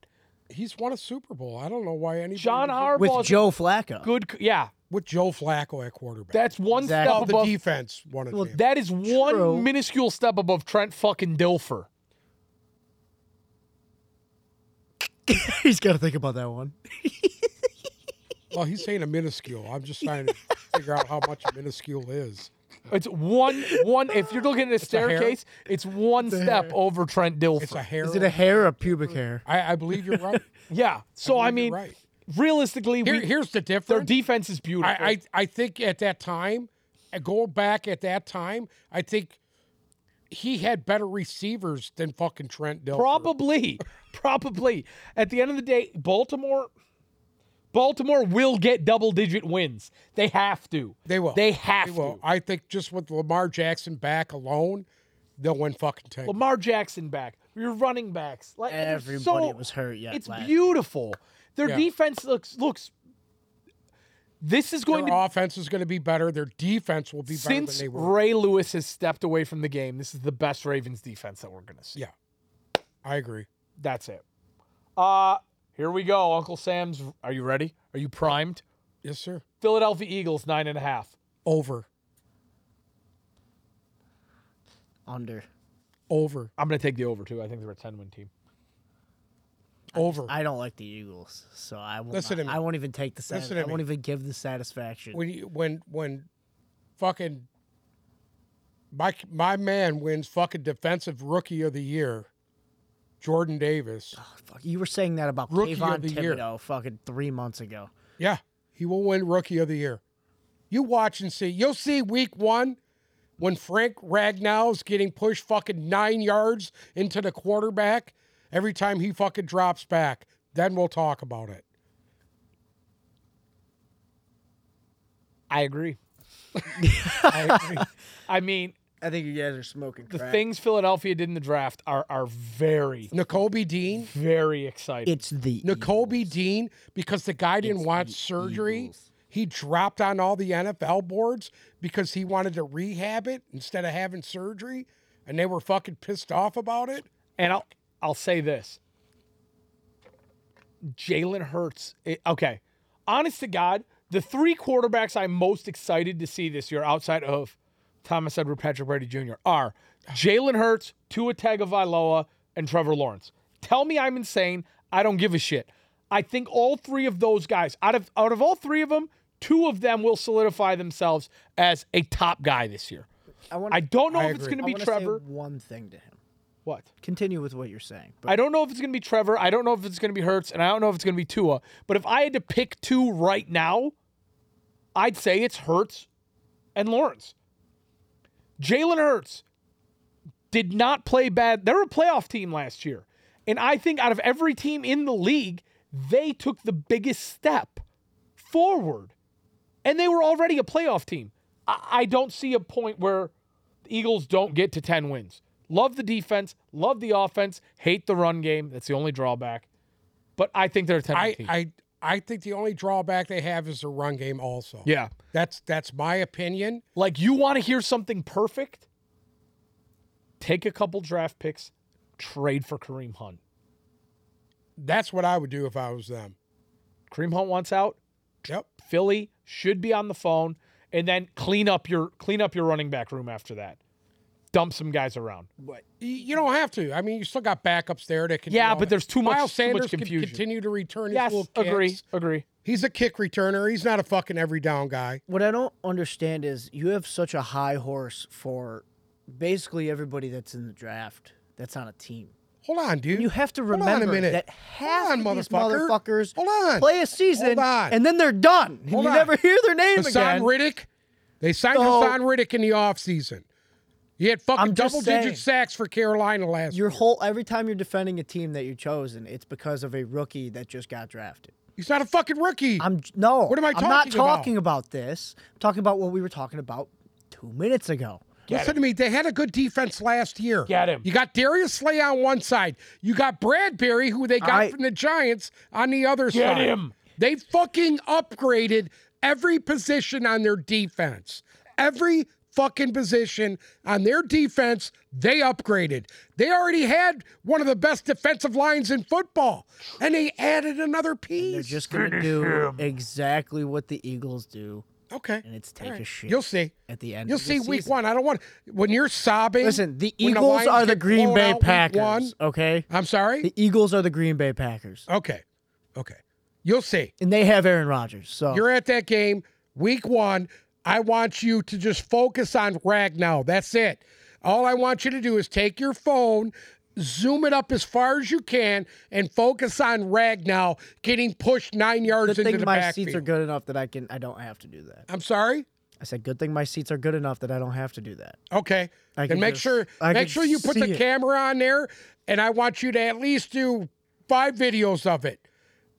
Speaker 3: He's won a Super Bowl. I don't know why anybody
Speaker 1: John
Speaker 3: would-
Speaker 1: Harbaugh
Speaker 2: with Joe Flacco?
Speaker 1: good. c- Yeah,
Speaker 3: with Joe Flacco at quarterback.
Speaker 1: that's one
Speaker 2: Exactly.
Speaker 1: step
Speaker 3: Well, the
Speaker 1: above.
Speaker 3: defense won a
Speaker 2: Well,
Speaker 3: championship.
Speaker 1: that is one
Speaker 2: True.
Speaker 1: minuscule step above Trent fucking Dilfer.
Speaker 2: *laughs* He's got to think about that one.
Speaker 3: Well, he's saying a minuscule. I'm just
Speaker 1: *laughs*
Speaker 3: trying to figure out how much a minuscule is.
Speaker 1: It's one one. If you're looking at a
Speaker 3: a hair.
Speaker 1: staircase, it's one step over Trent Dilfer.
Speaker 3: It's a hair.
Speaker 2: Is it a hair or pubic hair?
Speaker 3: I, I believe you're right.
Speaker 1: Yeah. *laughs* So I,
Speaker 3: believe you're
Speaker 1: mean,
Speaker 3: right.
Speaker 1: realistically,
Speaker 3: Here,
Speaker 1: we,
Speaker 3: here's the
Speaker 1: their
Speaker 3: difference.
Speaker 1: defense is beautiful.
Speaker 3: I, I, I think at that time, uh, go back at that time, I think he had better receivers than fucking Trent Dilfer.
Speaker 1: probably, *laughs* probably. At the end of the day, Baltimore, Baltimore will get double-digit wins. They have to.
Speaker 3: They will.
Speaker 1: They have
Speaker 3: They will.
Speaker 1: to.
Speaker 3: I think just with Lamar Jackson back alone, they'll win fucking ten.
Speaker 1: Lamar Jackson back. Your running backs. Like there's
Speaker 2: Everybody
Speaker 1: so-
Speaker 2: was hurt yet.
Speaker 1: It's
Speaker 2: last-
Speaker 1: beautiful. Their
Speaker 3: Yeah.
Speaker 1: defense looks looks. This is going
Speaker 3: Their
Speaker 1: to
Speaker 3: offense is going to be better. Their defense will be better than
Speaker 1: since
Speaker 3: they were.
Speaker 1: Ray Lewis has stepped away from the game. This is the best Ravens defense that we're going to see.
Speaker 3: Yeah. I agree.
Speaker 1: That's it. Uh here we go. Uncle Sam's. Are you ready? Are you primed?
Speaker 3: Yes, sir.
Speaker 1: Philadelphia Eagles nine and a half.
Speaker 3: Over.
Speaker 2: under.
Speaker 3: Over.
Speaker 1: I'm gonna take the over too. I think they're a ten win team.
Speaker 3: Over.
Speaker 2: I don't like the Eagles, so I won't.
Speaker 3: Listen to me.
Speaker 2: I won't even take the. Sat-
Speaker 3: Listen to
Speaker 2: I won't
Speaker 3: me.
Speaker 2: even give the satisfaction.
Speaker 3: when you, when when fucking my my man wins fucking defensive rookie of the year, Jordan Davis.
Speaker 2: Oh, fuck, you were saying that about
Speaker 3: Rookie of
Speaker 2: Kayvon
Speaker 3: the year.
Speaker 2: Thibodeau fucking three months ago.
Speaker 3: Yeah, he will win rookie of the year. You watch and see. You'll see week one when Frank Ragnow's getting pushed fucking nine yards into the quarterback every time he fucking drops back. Then we'll talk about it.
Speaker 1: I agree.
Speaker 3: I agree.
Speaker 1: *laughs* I mean,
Speaker 2: I think you guys are smoking
Speaker 1: the things Philadelphia did in the draft are are very
Speaker 3: N'Kobe Dean.
Speaker 1: very exciting.
Speaker 2: It's the
Speaker 3: N'Kobe Dean, because the guy didn't
Speaker 2: It's
Speaker 3: want
Speaker 2: the
Speaker 3: surgery.
Speaker 2: Eagles.
Speaker 3: He dropped on all the NFL boards because he wanted to rehab it instead of having surgery, and they were fucking pissed off about it.
Speaker 1: And I'll I'll say this. Jalen Hurts. it- okay. Honest to God, the three quarterbacks I'm most excited to see this year outside of Thomas Edward Patrick Brady Jr. are Jalen Hurts, Tua Tagovailoa, and Trevor Lawrence. Tell me I'm insane. I don't give a shit. I think all three of those guys, out of out of all three of them, two of them will solidify themselves as a top guy this year.
Speaker 2: I want.
Speaker 1: I don't know
Speaker 3: I
Speaker 1: if it's
Speaker 3: agree.
Speaker 1: going to be Trevor.
Speaker 2: Say one thing to him.
Speaker 1: what?
Speaker 2: Continue with what you're saying. But
Speaker 1: I don't know if it's going to be Trevor. I don't know if it's going to be Hurts, and I don't know if it's going to be Tua. But if I had to pick two right now, I'd say it's Hurts and Lawrence. Jalen Hurts, did not play bad. They're a playoff team last year. And I think out of every team in the league, they took the biggest step forward. And they were already a playoff team. I, I don't see a point where the Eagles don't get to 10 wins. Love the defense, love the offense, hate the run game. That's the only drawback. But I think they're a 10
Speaker 3: I,
Speaker 1: team.
Speaker 3: I I think the only drawback they have is the run game. Also,
Speaker 1: yeah.
Speaker 3: that's that's my opinion.
Speaker 1: Like you want to hear something perfect? Take a couple draft picks, trade for Kareem Hunt.
Speaker 3: That's what I would do if I was them.
Speaker 1: Kareem Hunt wants out.
Speaker 3: Yep.
Speaker 1: Philly should be on the phone, and then clean up your clean up your running back room after that. Dump some guys around.
Speaker 3: Y- You don't have to. I mean, you still got backups there that can. do
Speaker 1: Yeah,
Speaker 3: all
Speaker 1: but
Speaker 3: that.
Speaker 1: there's too much-
Speaker 3: Miles
Speaker 1: too much
Speaker 3: Sanders can
Speaker 1: confusion.
Speaker 3: continue to return
Speaker 1: Yes,
Speaker 3: his little kicks.
Speaker 1: agree, agree.
Speaker 3: He's a kick returner. He's not a fucking every down guy.
Speaker 2: What I don't understand is you have such a high horse for basically everybody that's in the draft that's on a team.
Speaker 3: Hold on, dude.
Speaker 2: You have to
Speaker 3: Hold
Speaker 2: remember
Speaker 3: on a minute.
Speaker 2: that half
Speaker 3: Hold on,
Speaker 2: of these
Speaker 3: motherfucker.
Speaker 2: motherfuckers
Speaker 3: Hold on.
Speaker 2: play a season
Speaker 3: Hold on.
Speaker 2: and then they're done. And
Speaker 3: Hold
Speaker 2: you
Speaker 3: on.
Speaker 2: never hear their name
Speaker 3: Hassan
Speaker 2: again.
Speaker 3: Riddick. They signed
Speaker 2: So-
Speaker 3: Hassan Riddick in the offseason. He had fucking
Speaker 2: I'm just
Speaker 3: double digit
Speaker 2: saying.
Speaker 3: sacks for Carolina last year.
Speaker 2: Your whole every time you're defending a team that you're chosen, it's because of a rookie that just got drafted.
Speaker 3: He's not a fucking rookie.
Speaker 2: I'm no.
Speaker 3: What am I
Speaker 2: I'm not
Speaker 3: talking about?
Speaker 2: talking about this. I'm talking about what we were talking about two minutes ago.
Speaker 3: Listen to me. They had a good defense last year.
Speaker 1: Get him.
Speaker 3: You got Darius Slay on one side. You got Bradbury, who they got
Speaker 2: I-
Speaker 3: from the Giants, on the other side.
Speaker 1: him.
Speaker 3: They fucking upgraded every position on their defense. Every fucking position on their defense, they upgraded. They already had one of the best defensive lines in football, and they added another
Speaker 2: They're
Speaker 3: piece.
Speaker 2: just gonna do exactly what the Eagles do,
Speaker 3: okay.
Speaker 2: and it's take a shit
Speaker 3: You'll see.
Speaker 2: at the end.
Speaker 3: You'll
Speaker 2: of
Speaker 3: see
Speaker 2: the
Speaker 3: week
Speaker 2: season.
Speaker 3: one. I don't want when you're sobbing.
Speaker 2: Listen, the
Speaker 3: when
Speaker 2: Eagles
Speaker 3: Lions
Speaker 2: are the
Speaker 3: get
Speaker 2: Green
Speaker 3: blown
Speaker 2: Bay
Speaker 3: out week one-
Speaker 2: Packers. Okay,
Speaker 3: I'm sorry.
Speaker 2: the Eagles are the Green Bay Packers,
Speaker 3: Okay. Okay. You'll see.
Speaker 2: and they have Aaron Rodgers. So
Speaker 3: You're at that game, week one. I want you to just focus on Ragnow. That's it. All I want you to do is take your phone, zoom it up as far as you can, and focus on Ragnow getting pushed nine yards
Speaker 2: good
Speaker 3: into
Speaker 2: thing
Speaker 3: the
Speaker 2: my
Speaker 3: backfield.
Speaker 2: seats are good enough that I can. I don't have to do that.
Speaker 3: I'm sorry.
Speaker 2: I said, good thing my seats are good enough that I don't have to do that.
Speaker 3: Okay. then
Speaker 2: I can
Speaker 3: make
Speaker 2: just-
Speaker 3: sure
Speaker 2: I
Speaker 3: make
Speaker 2: can
Speaker 3: sure you put
Speaker 2: see
Speaker 3: the
Speaker 2: it.
Speaker 3: camera on there, and I want you to at least do five videos of it.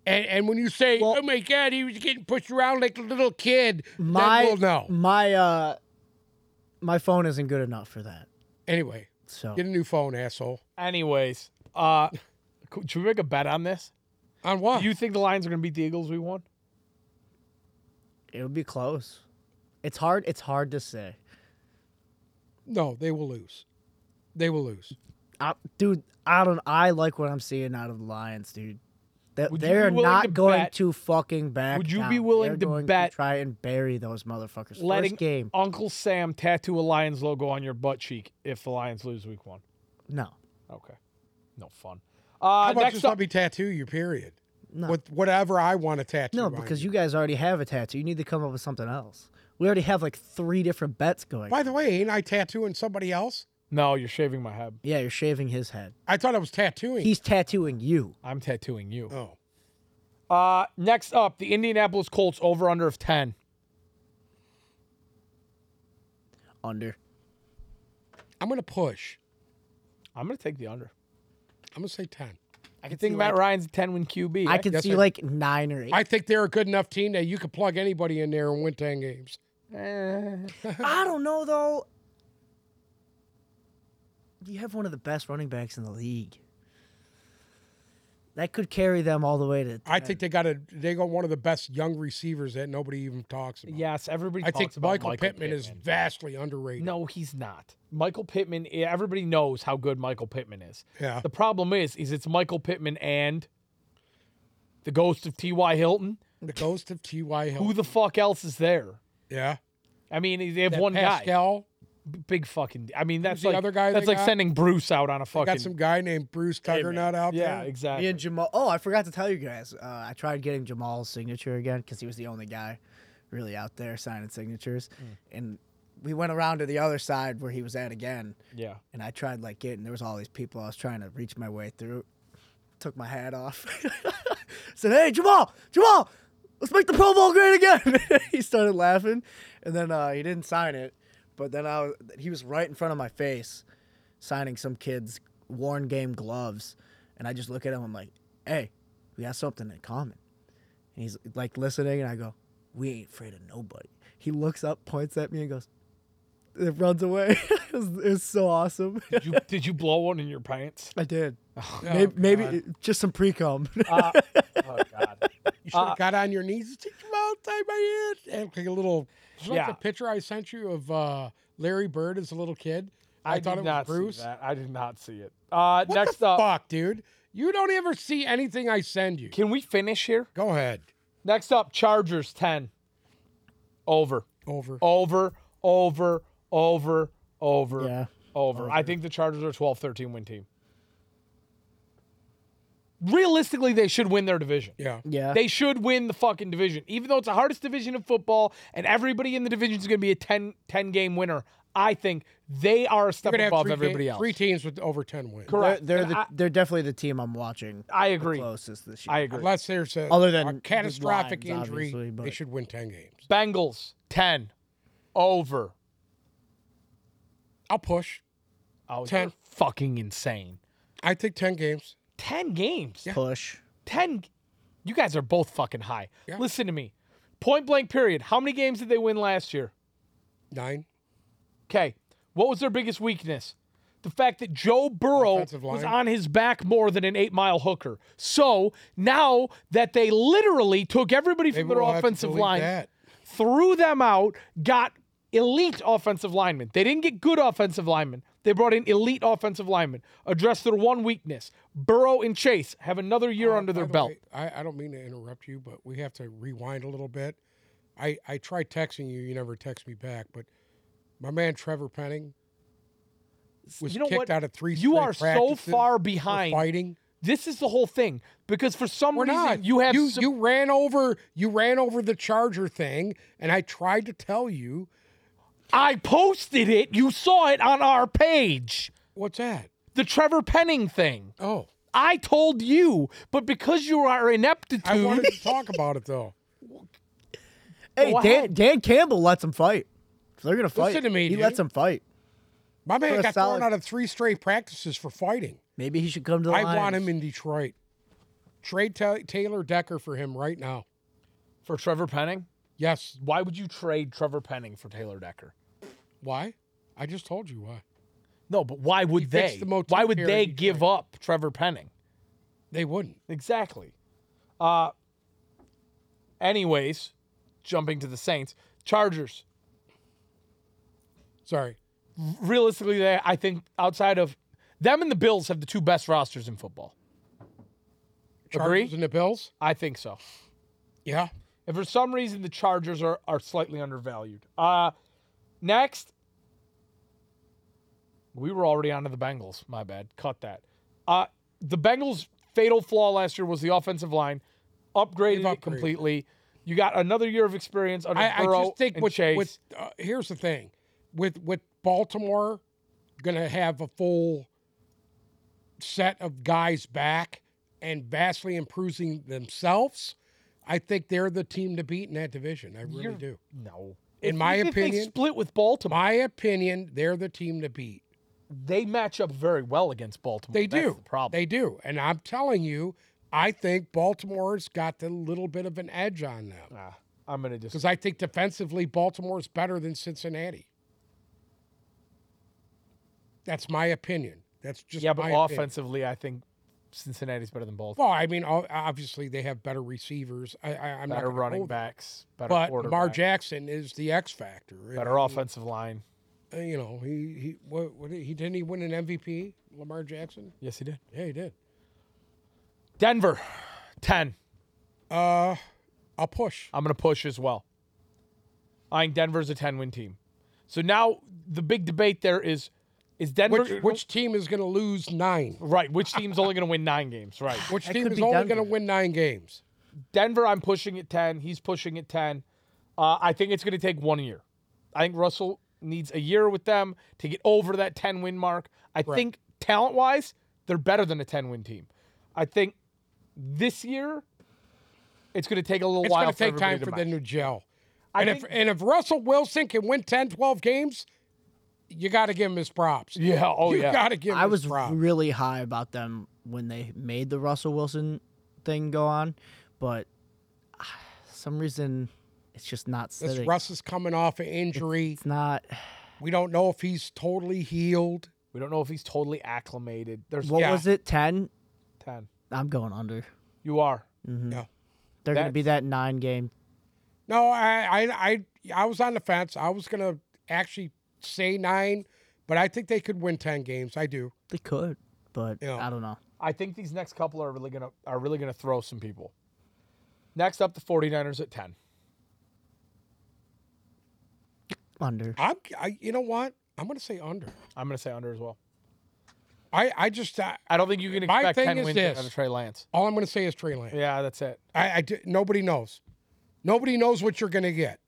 Speaker 3: And, and when you say, "Oh my God, he was getting pushed around like a little kid,"
Speaker 2: My
Speaker 3: then we'll know.
Speaker 2: my uh, my phone isn't good enough for that.
Speaker 3: Anyway,
Speaker 2: So
Speaker 3: get a new phone, asshole.
Speaker 1: Anyways, uh, could- should we make a bet on this?
Speaker 3: On what?
Speaker 1: Do you think the Lions are going to beat the Eagles? We won.
Speaker 2: it would be close. It's hard. It's hard to say.
Speaker 3: no, they will lose. They will lose.
Speaker 2: I, dude, I don't. I like what I'm seeing out of the Lions, dude. That
Speaker 1: Would you
Speaker 2: they're
Speaker 1: be willing
Speaker 2: not
Speaker 1: to
Speaker 2: going
Speaker 1: bet-
Speaker 2: to fucking back.
Speaker 1: Would you
Speaker 2: down.
Speaker 1: be willing
Speaker 2: They're
Speaker 1: to
Speaker 2: going
Speaker 1: bet
Speaker 2: try and bury those motherfuckers?
Speaker 1: Letting
Speaker 2: First game,
Speaker 1: Uncle Sam tattoo a Lions logo on your butt cheek if the Lions lose week one.
Speaker 2: no.
Speaker 1: Okay. No fun. Uh,
Speaker 3: How about
Speaker 1: next
Speaker 3: just
Speaker 1: up,
Speaker 3: let me tattoo you? Period.
Speaker 2: No.
Speaker 3: With whatever I want to tattoo.
Speaker 2: No,
Speaker 3: on
Speaker 2: because you guys already have a tattoo. You need to come up with something else. We already have like three different bets going.
Speaker 3: By the way, ain't I tattooing somebody else?
Speaker 1: no, you're shaving my head.
Speaker 2: Yeah, you're shaving his head.
Speaker 3: I thought I was tattooing.
Speaker 2: He's tattooing you.
Speaker 1: I'm tattooing you.
Speaker 3: oh,
Speaker 1: Uh, next up, the Indianapolis Colts over under of 10.
Speaker 2: Under.
Speaker 3: I'm gonna push.
Speaker 1: I'm going to take the under.
Speaker 3: I'm gonna say ten.
Speaker 1: I think Matt Ryan's a 10 win QB.
Speaker 2: I
Speaker 1: eh?
Speaker 2: can
Speaker 3: Yes,
Speaker 2: see
Speaker 3: I-
Speaker 2: like nine or eight.
Speaker 3: I think they're a good enough team that you could plug anybody in there and win 10 games.
Speaker 1: Eh,
Speaker 2: I don't know though. You have one of the best running backs in the league. That could carry them all the way to.
Speaker 3: I think they got a they got one of the best young receivers that nobody even talks about.
Speaker 1: yes, everybody
Speaker 3: I
Speaker 1: talks
Speaker 3: think
Speaker 1: about
Speaker 3: Michael, Pittman, is vastly underrated.
Speaker 1: No, he's not. Michael Pittman, eh, everybody knows how good Michael Pittman is.
Speaker 3: Yeah.
Speaker 1: *laughs* The problem is, is it's Michael Pittman and the ghost of T.Y. Hilton.
Speaker 3: The ghost of T.Y. Hill.
Speaker 1: Who the fuck else is there?
Speaker 3: yeah.
Speaker 1: I mean, they have
Speaker 3: That
Speaker 1: one guy.
Speaker 3: Pascal.
Speaker 1: B- Big fucking. I mean, that's
Speaker 3: the
Speaker 1: like
Speaker 3: other guy
Speaker 1: that's
Speaker 3: they
Speaker 1: like
Speaker 3: got?
Speaker 1: sending Bruce out on a fucking.
Speaker 3: Got some guy named Bruce Tuggernut out
Speaker 1: yeah,
Speaker 3: there.
Speaker 1: exactly.
Speaker 2: Me and Jamal. Oh, I forgot to tell you guys. Uh, I tried getting Jamal's signature again because he was the only guy really out there signing signatures. And we went around to the other side where he was at again.
Speaker 1: yeah.
Speaker 2: And I tried like getting there was all these people. I was trying to reach my way through. Took my hat off. *laughs* Said, "Hey, Jamal, Jamal, let's make the Pro Bowl great again." *laughs* he started laughing, and then uh, he didn't sign it. But then I was, he was right in front of my face, signing some kids worn game gloves, and I just look at him. I'm like, hey, we got something in common. And he's like listening, and I go, we ain't afraid of nobody. He looks up, points at me, and goes, it runs away. *laughs* it, was, it was so awesome.
Speaker 1: Did you, did you blow one in your
Speaker 3: *laughs*
Speaker 1: pants?
Speaker 2: I did.
Speaker 3: Oh,
Speaker 2: maybe maybe it- just some pre *laughs* cum.
Speaker 3: Uh,
Speaker 1: Oh God.
Speaker 3: You should have
Speaker 1: uh,
Speaker 3: got on your knees and said, come out, tie my hand. And like a little, it's like
Speaker 1: Yeah.
Speaker 3: the picture I sent you of uh, Larry Bird as a little kid. I,
Speaker 1: I,
Speaker 3: thought
Speaker 1: did
Speaker 3: it was
Speaker 1: not
Speaker 3: Bruce.
Speaker 1: see that. I did not see it. Uh,
Speaker 3: What
Speaker 1: next
Speaker 3: the
Speaker 1: up,
Speaker 3: fuck, dude? You don't ever see anything I send you.
Speaker 1: can we finish here?
Speaker 3: Go ahead.
Speaker 1: Next up, Chargers ten. Over,
Speaker 3: Over.
Speaker 1: Oh, over, over, over, over,
Speaker 2: Yeah.
Speaker 1: over. I think the Chargers are 12-13 win team. Realistically, they should win their division.
Speaker 3: Yeah.
Speaker 2: yeah.
Speaker 1: They should win the fucking division. Even though it's the hardest division in football and everybody in the division is going to be a 10, 10 game winner, I think they are a step
Speaker 3: We're gonna have
Speaker 1: above
Speaker 3: three,
Speaker 1: everybody
Speaker 3: te-
Speaker 1: else.
Speaker 3: three teams with over 10 wins.
Speaker 1: Correct.
Speaker 2: They're, they're,
Speaker 1: And
Speaker 2: the,
Speaker 1: I,
Speaker 2: they're definitely the team I'm watching
Speaker 1: I agree.
Speaker 2: closest this year.
Speaker 1: I agree.
Speaker 3: Unless there's a,
Speaker 2: Other
Speaker 3: a
Speaker 2: than
Speaker 3: catastrophic
Speaker 2: the Lions,
Speaker 3: injury,
Speaker 2: obviously,
Speaker 3: they
Speaker 2: but-
Speaker 3: should win 10 games.
Speaker 1: Bengals 10 over.
Speaker 3: I'll push.
Speaker 1: Oh,
Speaker 3: 10.
Speaker 1: you're fucking insane.
Speaker 3: I think 10 games.
Speaker 1: 10 games.
Speaker 2: Push.
Speaker 1: 10 You guys are both fucking high.
Speaker 3: Yeah.
Speaker 1: Listen to me. Point blank period. How many games did they win last year?
Speaker 3: Nine.
Speaker 1: Okay. What was their biggest weakness? The fact that Joe Burrow
Speaker 3: Offensive
Speaker 1: was
Speaker 3: line.
Speaker 1: on his back more than an eight mile hooker. So now that they literally took everybody
Speaker 3: Maybe
Speaker 1: from their
Speaker 3: we'll have to
Speaker 1: offensive
Speaker 3: delete
Speaker 1: line,
Speaker 3: That.
Speaker 1: threw them out, got elite offensive linemen. They didn't get good offensive linemen. They brought in elite offensive linemen, addressed their one weakness. Burrow and Chase have another year
Speaker 3: Uh,
Speaker 1: under
Speaker 3: by
Speaker 1: their
Speaker 3: the
Speaker 1: belt.
Speaker 3: way, I, I don't mean to interrupt you, but we have to rewind a little bit. I, I tried texting you, you never text me back, but my man Trevor Penning was
Speaker 1: You know
Speaker 3: kicked
Speaker 1: what?
Speaker 3: out of three
Speaker 1: You
Speaker 3: straight
Speaker 1: are so
Speaker 3: practices
Speaker 1: far
Speaker 3: for
Speaker 1: behind.
Speaker 3: fighting.
Speaker 1: This is the whole thing because for some
Speaker 3: We're
Speaker 1: reason
Speaker 3: not.
Speaker 1: you have
Speaker 3: you,
Speaker 1: so-
Speaker 3: you ran over you ran over the Charger thing, and I tried to tell you
Speaker 1: I posted it. You saw it on our page.
Speaker 3: what's that?
Speaker 1: The Trevor Penning thing.
Speaker 3: Oh,
Speaker 1: I told you, but because you are
Speaker 3: I
Speaker 1: ineptitude,
Speaker 3: wanted to talk about it though.
Speaker 2: Hey,
Speaker 1: Go
Speaker 2: Dan,
Speaker 1: ahead.
Speaker 2: Dan Campbell lets them fight. If they're gonna fight.
Speaker 3: Listen to me,
Speaker 2: he
Speaker 3: dude.
Speaker 2: lets them fight.
Speaker 3: My
Speaker 2: For
Speaker 3: man
Speaker 2: a
Speaker 3: got
Speaker 2: solid-
Speaker 3: thrown out of three straight practices for fighting.
Speaker 2: Maybe he should come to the
Speaker 3: I
Speaker 2: Lions.
Speaker 3: want him in Detroit. Trade Ta Taylor Decker for him right now.
Speaker 1: *laughs* for Trevor Penning,
Speaker 3: Yes.
Speaker 1: why would you trade Trevor Penning for Taylor Decker?
Speaker 3: Why? I just told you why.
Speaker 1: No, but why would
Speaker 3: fixed
Speaker 1: they?
Speaker 3: the motif
Speaker 1: why would
Speaker 3: here
Speaker 1: they
Speaker 3: in
Speaker 1: give up Trevor Penning?
Speaker 3: They wouldn't.
Speaker 1: Exactly. Uh anyways, jumping to the Saints, Chargers.
Speaker 3: Sorry.
Speaker 1: Realistically, they I think outside of them and the Bills have the two best rosters in football.
Speaker 3: Chargers
Speaker 1: Agree?
Speaker 3: and the Bills?
Speaker 1: I think so.
Speaker 3: Yeah.
Speaker 1: And for some reason, the Chargers are, are slightly undervalued. Uh, next, we were already onto the Bengals. My bad. Cut that. Uh, the Bengals' fatal flaw last year was the offensive line. Upgraded
Speaker 3: They've
Speaker 1: it completely. You got another year of experience under
Speaker 3: I, I
Speaker 1: Burrow
Speaker 3: just think
Speaker 1: and
Speaker 3: with,
Speaker 1: Chase.
Speaker 3: with uh, here's the thing. With with Baltimore gonna have a full set of guys back and vastly improving themselves, I think they're the team to beat in that division. I really
Speaker 1: You're-
Speaker 3: do.
Speaker 1: no,
Speaker 3: In
Speaker 1: If-
Speaker 3: my
Speaker 1: even if they
Speaker 3: opinion-
Speaker 1: split with Baltimore.
Speaker 3: My opinion, they're the team to beat.
Speaker 1: They match up very well against Baltimore.
Speaker 3: They
Speaker 1: That's
Speaker 3: do.
Speaker 1: The problem.
Speaker 3: They do. And I'm telling you, I think Baltimore's got a little bit of an edge on them
Speaker 1: Ah, I'm gonna just.
Speaker 3: because I think defensively, Baltimore's better than Cincinnati. That's my opinion. That's just
Speaker 1: Yeah, but
Speaker 3: my opinion.
Speaker 1: offensively, I think Cincinnati's better than Baltimore.
Speaker 3: Well, I mean, o- obviously they have better receivers. I, I, I'm
Speaker 1: better
Speaker 3: not gonna
Speaker 1: running
Speaker 3: hold them.
Speaker 1: backs, better
Speaker 3: but Lamar
Speaker 1: quarterback,
Speaker 3: Jackson is the X factor. uh,
Speaker 1: better offensive line.
Speaker 3: You know, he he what, what he didn't he win an MVP? Lamar Jackson?
Speaker 1: Yes, he did.
Speaker 3: Yeah, he did.
Speaker 1: Denver, 10.
Speaker 3: Uh, I'll push.
Speaker 1: I'm going to push as well. I think Denver's a 10 win team. So now the big debate there is is Denver
Speaker 3: Which which team is going to lose nine?
Speaker 1: right, which team's only going to win 9 games, right. *laughs*
Speaker 3: Which
Speaker 2: That
Speaker 3: team
Speaker 2: could
Speaker 3: is
Speaker 2: be
Speaker 3: only
Speaker 2: Denver.
Speaker 3: going to win nine games?
Speaker 1: Denver I'm pushing at 10, he's pushing at 10. Uh, I think it's going to take one year. I think Russell needs a year with them to get over that 10 win mark. I think talent-wise, they're better than a 10 win team. I think this year it's going to take a little
Speaker 3: It's
Speaker 1: while
Speaker 3: going to
Speaker 1: for
Speaker 3: take time
Speaker 1: everybody to
Speaker 3: for
Speaker 1: match.
Speaker 3: them to gel.
Speaker 1: I
Speaker 3: and if
Speaker 1: think-
Speaker 3: and if Russell Wilson can win 10, 12 games, you got to give him his
Speaker 1: *laughs*
Speaker 3: props.
Speaker 1: Yeah. Oh
Speaker 3: you
Speaker 1: yeah.
Speaker 3: got to give him
Speaker 2: I
Speaker 3: his
Speaker 2: was
Speaker 3: props.
Speaker 2: really high about them when they made the Russell Wilson thing go on, but ah, some reason it's just not
Speaker 3: This
Speaker 2: sitting.
Speaker 3: Russ is coming off an injury.
Speaker 2: It's not.
Speaker 3: We don't know if he's totally healed.
Speaker 1: we don't know if he's totally acclimated. There's
Speaker 2: What
Speaker 3: Yeah.
Speaker 2: was it? Ten?
Speaker 1: ten.
Speaker 2: I'm going under.
Speaker 1: You are.
Speaker 2: They're going to be
Speaker 1: That's-
Speaker 2: that nine game.
Speaker 3: No, I, I, I, I was on the fence. I was gonna actually say nine, but I think they could win ten games. I do.
Speaker 2: They could, but
Speaker 3: Yeah.
Speaker 2: I don't know.
Speaker 1: I think these next couple are really gonna are really gonna throw some people. Next up, the 49ers at ten.
Speaker 2: Under.
Speaker 3: I'm, I, you know what? I'm gonna say under.
Speaker 1: I'm gonna say under as well.
Speaker 3: I, I just, I,
Speaker 1: I don't think you can
Speaker 3: My
Speaker 1: expect
Speaker 3: thing
Speaker 1: ten
Speaker 3: is
Speaker 1: wins
Speaker 3: this.
Speaker 1: out of Trey Lance.
Speaker 3: all I'm gonna say is Trey Lance.
Speaker 1: Yeah, that's it.
Speaker 3: I, I d- nobody knows. Nobody knows what you're gonna get.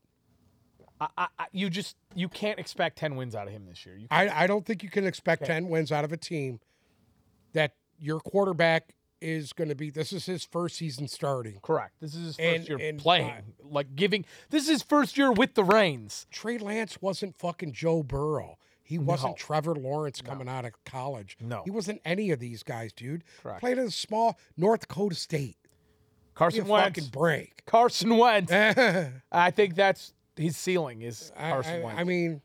Speaker 1: I, I, I- you just you can't expect ten wins out of him this year. You,
Speaker 3: I, I don't think you can expect 10 wins out of a team that your quarterback is going to be. This is his first season starting.
Speaker 1: correct. This is his first
Speaker 3: And-
Speaker 1: year
Speaker 3: and,
Speaker 1: playing,
Speaker 3: uh,
Speaker 1: like giving. This is his first year with the reins.
Speaker 3: Trey Lance wasn't fucking Joe Burrow. He wasn't
Speaker 1: No.
Speaker 3: Trevor Lawrence coming out of college.
Speaker 1: No.
Speaker 3: He wasn't any of these guys, dude.
Speaker 1: Correct.
Speaker 3: Played in a small North Dakota state. Give
Speaker 1: Carson
Speaker 3: me a
Speaker 1: Wentz.
Speaker 3: fucking break. *laughs*
Speaker 1: Carson Wentz.
Speaker 3: I,
Speaker 1: I think that's his ceiling is Carson
Speaker 3: I,
Speaker 1: Wentz.
Speaker 3: I mean,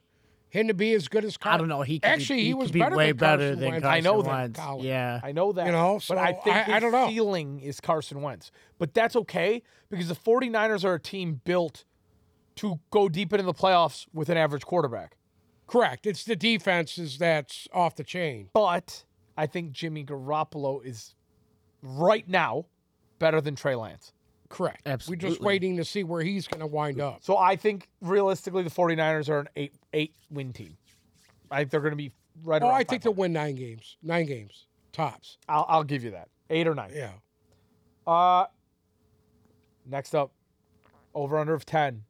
Speaker 3: him to be as good as Carson.
Speaker 2: I don't know. He could be-
Speaker 3: actually
Speaker 2: he,
Speaker 3: he was
Speaker 2: could be
Speaker 3: better
Speaker 2: way
Speaker 3: than
Speaker 2: better
Speaker 3: Carson
Speaker 2: than
Speaker 3: Wentz.
Speaker 2: Carson
Speaker 1: I know that,
Speaker 2: Wentz.
Speaker 3: Colin.
Speaker 2: Yeah,
Speaker 1: I know that.
Speaker 3: You know,
Speaker 1: but I
Speaker 3: so
Speaker 1: think
Speaker 3: I-
Speaker 1: his
Speaker 3: I don't know.
Speaker 1: ceiling is Carson Wentz. But that's okay because the 49ers are a team built to go deep into the playoffs with an average quarterback.
Speaker 3: Correct. It's the defenses that's off the chain.
Speaker 1: But I think Jimmy Garoppolo is right now better than Trey Lance.
Speaker 3: Correct. We're just
Speaker 2: Absolutely.
Speaker 3: waiting to see where he's going to wind up.
Speaker 1: So I think realistically the 49ers are an 8 8 win team. I think they're going to be right
Speaker 3: Oh,
Speaker 1: around
Speaker 3: I think they'll
Speaker 1: 500.
Speaker 3: win nine games. Nine games tops.
Speaker 1: I'll, I'll give you that. 8 or 9.
Speaker 3: Yeah.
Speaker 1: Uh next up over under of 10.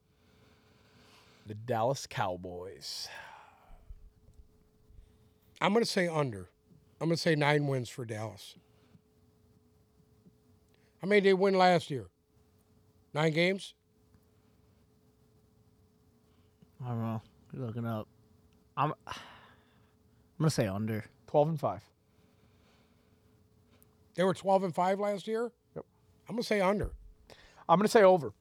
Speaker 1: The Dallas Cowboys.
Speaker 3: I'm going to say under. I'm going to say nine wins for Dallas. How many did they win last year? Nine games?
Speaker 2: I don't know. You're looking up. I'm. *sighs* I'm gonna say under.
Speaker 1: 12 and 5.
Speaker 3: They were 12 and 5 last year?
Speaker 1: Yep.
Speaker 3: I'm going to say under.
Speaker 1: I'm going to say over.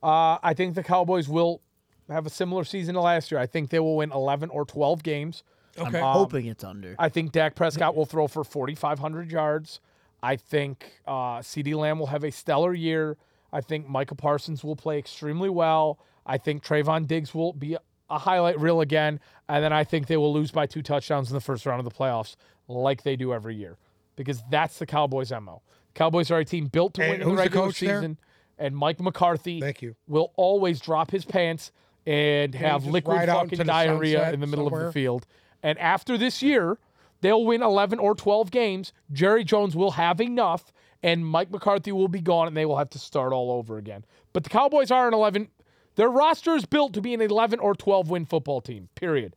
Speaker 1: Uh, I think the Cowboys will have a similar season to last year. I think they will win 11 or 12 games.
Speaker 3: Okay.
Speaker 2: I'm hoping it's under.
Speaker 1: I think Dak Prescott will throw for 4,500 yards. I think uh, C.D. Lamb will have a stellar year. I think Michael Parsons will play extremely well. I think Trayvon Diggs will be a highlight reel again. And then I think they will lose by two touchdowns in the first round of the playoffs, like they do every year, because that's the Cowboys' MO. Cowboys are a team built to
Speaker 3: And
Speaker 1: win in the
Speaker 3: who's the
Speaker 1: regular
Speaker 3: coach there?
Speaker 1: season. And Mike McCarthy
Speaker 3: Thank you.
Speaker 1: will always drop his pants and have
Speaker 3: just
Speaker 1: liquid
Speaker 3: ride out
Speaker 1: fucking
Speaker 3: into the
Speaker 1: diarrhea
Speaker 3: sunset
Speaker 1: in the middle of
Speaker 3: somewhere.
Speaker 1: the field. And after this year, they'll win 11 or 12 games. Jerry Jones will have enough, and Mike McCarthy will be gone, and they will have to start all over again. But the Cowboys are an 11. Their roster is built to be an 11 or 12 win football team, period.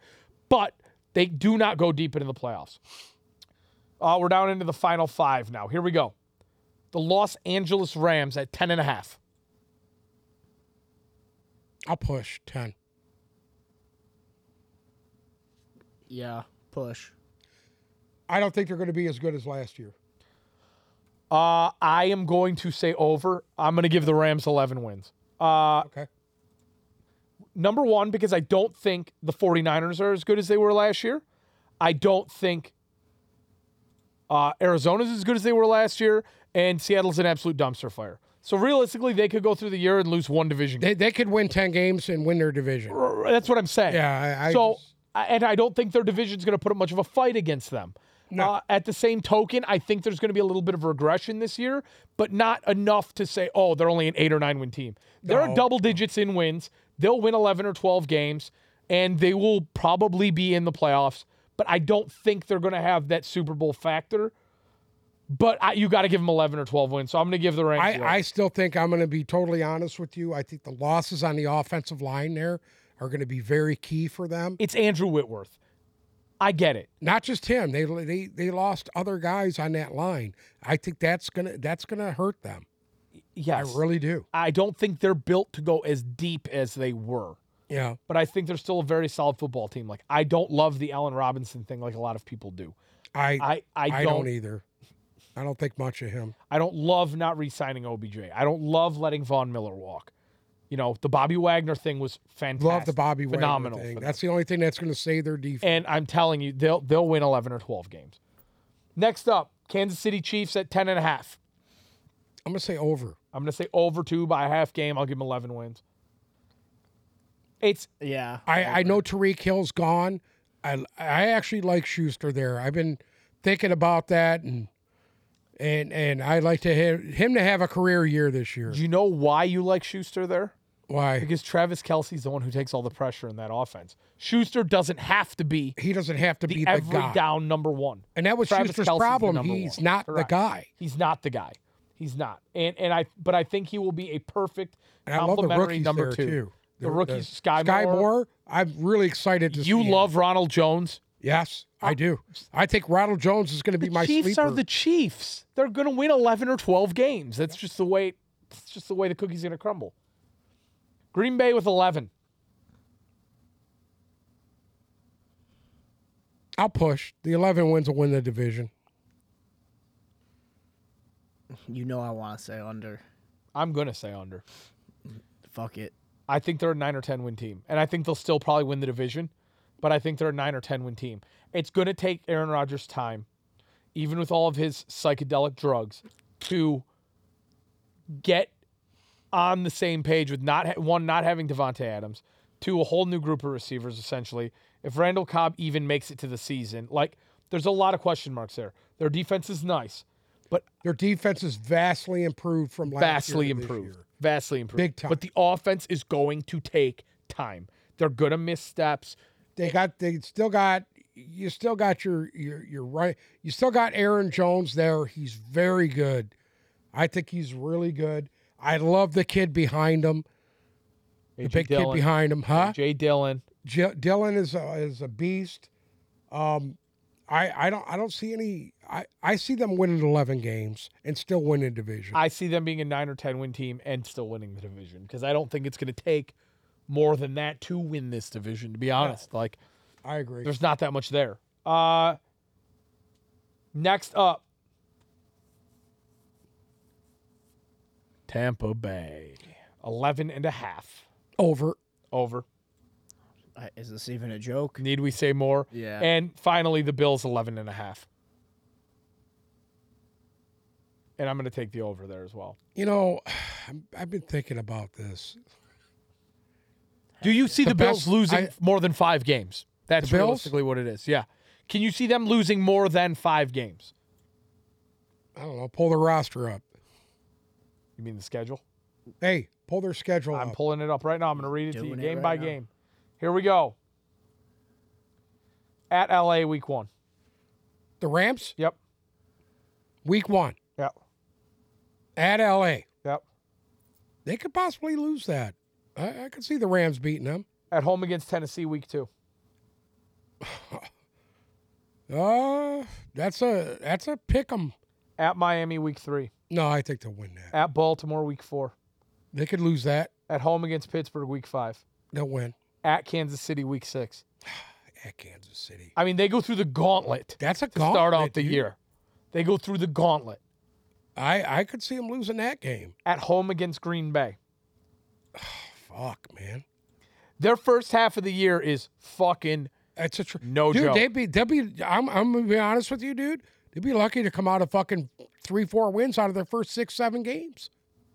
Speaker 1: But they do not go deep into the playoffs. Uh, we're down into the final five now. Here we go. The Los Angeles Rams at 10 and a half.
Speaker 3: I'll push 10.
Speaker 2: yeah, push.
Speaker 3: I don't think they're going to be as good as last year.
Speaker 1: Uh, I am going to say over. I'm going to give the Rams 11 wins. Uh,
Speaker 3: Okay.
Speaker 1: number one, because I don't think the 49ers are as good as they were last year. I don't think uh, Arizona's as good as they were last year, and Seattle's an absolute dumpster fire. So realistically, they could go through the year and lose one division.
Speaker 3: They, they could win 10 games and win their division.
Speaker 1: That's what I'm saying.
Speaker 3: Yeah. I, I
Speaker 1: so,
Speaker 3: just-
Speaker 1: I- and I don't think their division's going to put up much of a fight against them. Uh, at the same token, I think there's going to be a little bit of regression this year, but not enough to say, oh, they're only an eight or nine win team. They're
Speaker 3: No.
Speaker 1: double digits in wins. They'll win 11 or 12 games, and they will probably be in the playoffs. But I don't think they're going to have that Super Bowl factor. But I, you got to give them 11 or 12 wins. So I'm going to give the Rams. the
Speaker 3: I, I still think I'm going to be totally honest with you. I think the losses on the offensive line there are going to be very key for them.
Speaker 1: it's Andrew Whitworth. I get it.
Speaker 3: Not just him; they they they lost other guys on that line. I think that's gonna that's gonna hurt them.
Speaker 1: Yes.
Speaker 3: I really do.
Speaker 1: I don't think they're built to go as deep as they were.
Speaker 3: Yeah.
Speaker 1: but I think they're still a very solid football team. Like I don't love the Allen Robinson thing like a lot of people do.
Speaker 3: I I,
Speaker 1: I I,
Speaker 3: don't, e-
Speaker 1: don't,
Speaker 3: either. I don't think much of him.
Speaker 1: I don't love not re-signing OBJ. I don't love letting Von Miller walk. You know, the Bobby Wagner thing was fantastic.
Speaker 3: Love the Bobby Wagner
Speaker 1: Phenomenal
Speaker 3: thing.
Speaker 1: for them.
Speaker 3: That's the only thing that's going to save their defense.
Speaker 1: And I'm telling you, they'll they'll win 11 or 12 games. Next up, Kansas City Chiefs at 10 and a half.
Speaker 3: I'm going to say over.
Speaker 1: I'm gonna say over two by a half game. I'll give them 11 wins. It's
Speaker 2: Yeah.
Speaker 3: I, I know Tariq Hill's gone. I I actually like Schuster there. I've been thinking about that and and and I'd like to have him to have a career year this year.
Speaker 1: do you know why you like Schuster there?
Speaker 3: Why?
Speaker 1: Because Travis Kelsey's the one who takes all the pressure in that offense. Schuster doesn't have to be
Speaker 3: He doesn't have to be the
Speaker 1: every
Speaker 3: guy.
Speaker 1: down number one.
Speaker 3: and that was
Speaker 1: Travis
Speaker 3: Schuster's
Speaker 1: Kelce's the
Speaker 3: problem.
Speaker 1: number
Speaker 3: He's
Speaker 1: one.
Speaker 3: not
Speaker 1: Correct.
Speaker 3: the guy.
Speaker 1: He's not the guy. He's not. And and I but I think he will be a perfect
Speaker 3: And I love the
Speaker 1: complementary
Speaker 3: rookies
Speaker 1: number
Speaker 3: there
Speaker 1: two.
Speaker 3: too.
Speaker 1: The rookies, Sky Moore.
Speaker 3: Moore, I'm really excited to see.
Speaker 1: You
Speaker 3: him.
Speaker 1: love Ronald Jones.
Speaker 3: Yes, I do. I think Ronald Jones is going to be my
Speaker 1: Chiefs
Speaker 3: sleeper.
Speaker 1: are the Chiefs. They're going to win 11 or 12 games. That's just the way. That's just the way the cookie's going to crumble. Green Bay with 11.
Speaker 3: I'll push. The 11 wins will win the division.
Speaker 2: You know I want to say under.
Speaker 1: I'm going to say under.
Speaker 2: Fuck it.
Speaker 1: I think they're a nine or ten win team, and I think they'll still probably win the division, but I think they're a nine or ten win team. It's going to take Aaron Rodgers time, even with all of his psychedelic drugs, to get on the same page with not ha- one not having Devonte Adams, two a whole new group of receivers essentially. If Randall Cobb even makes it to the season, like there's a lot of question marks there. Their defense is nice, but
Speaker 3: Their defense is vastly improved from last year
Speaker 1: vastly
Speaker 3: to this
Speaker 1: improved.
Speaker 3: year.
Speaker 1: Vastly improved.
Speaker 3: Big time.
Speaker 1: But the offense is going to take time. They're gonna miss steps.
Speaker 3: They got they still got you still got your your your right you still got Aaron Jones there. He's very good. I think he's really good. I love the kid behind him, the
Speaker 1: AJ
Speaker 3: big kid
Speaker 1: Dillon,
Speaker 3: behind him, huh?
Speaker 1: Jay Dillon.
Speaker 3: J- Dylan is a, is a beast. Um, I I don't I don't see any. I I see them winning eleven games and still winning division.
Speaker 1: I see them being a nine or ten win team and still winning the division because I don't think it's gonna take more than that to win this division. To be honest, like
Speaker 3: I agree.
Speaker 1: there's not that much there. Uh, next up, Tampa Bay, 11 and a half
Speaker 3: Over.
Speaker 1: over.
Speaker 2: I- Is this even a joke?
Speaker 1: Need we say more?
Speaker 2: Yeah.
Speaker 1: And finally, the Bills 11 and a half. And I'm going to take the over there as well.
Speaker 3: You know, I'm, I've been thinking about this.
Speaker 1: Do you see the, Bills
Speaker 3: best-
Speaker 1: losing
Speaker 3: I-
Speaker 1: more than five games? That's
Speaker 3: The Bills?
Speaker 1: realistically what it is. Yeah. Can you see them losing more than five games?
Speaker 3: I don't know. Pull the roster up.
Speaker 1: You mean the schedule?
Speaker 3: Hey, pull their schedule
Speaker 1: I'm
Speaker 3: up.
Speaker 1: pulling it up right now. I'm going to read it to you
Speaker 2: Doing it
Speaker 1: game
Speaker 2: right
Speaker 1: by
Speaker 2: now.
Speaker 1: game. Here we go. At LA, week one.
Speaker 3: the Rams,
Speaker 1: Yep.
Speaker 3: week one
Speaker 1: Yep.
Speaker 3: at LA.
Speaker 1: Yep.
Speaker 3: They could possibly lose that. I, I could see the Rams beating them.
Speaker 1: At home against Tennessee, week two.
Speaker 3: Uh, that's a that's a pick 'em.
Speaker 1: At Miami, week three.
Speaker 3: No, I think they'll win that.
Speaker 1: At Baltimore, week four.
Speaker 3: They could lose that.
Speaker 1: At home against Pittsburgh, week five.
Speaker 3: They'll win
Speaker 1: at Kansas City week six.
Speaker 3: at Kansas City.
Speaker 1: I mean, they go through the gauntlet
Speaker 3: That's a
Speaker 1: to
Speaker 3: gauntlet,
Speaker 1: start off the
Speaker 3: dude.
Speaker 1: year. They go through the gauntlet
Speaker 3: I I could see them losing that game.
Speaker 1: at home against Green Bay.
Speaker 3: Fuck, man.
Speaker 1: Their first half of the year is fucking
Speaker 3: That's a tr-
Speaker 1: No
Speaker 3: dude.
Speaker 1: joke.
Speaker 3: They'd be they'd be. I'm I'm gonna be honest with you, dude. They'd be lucky to come out of fucking three four wins out of their first six seven games.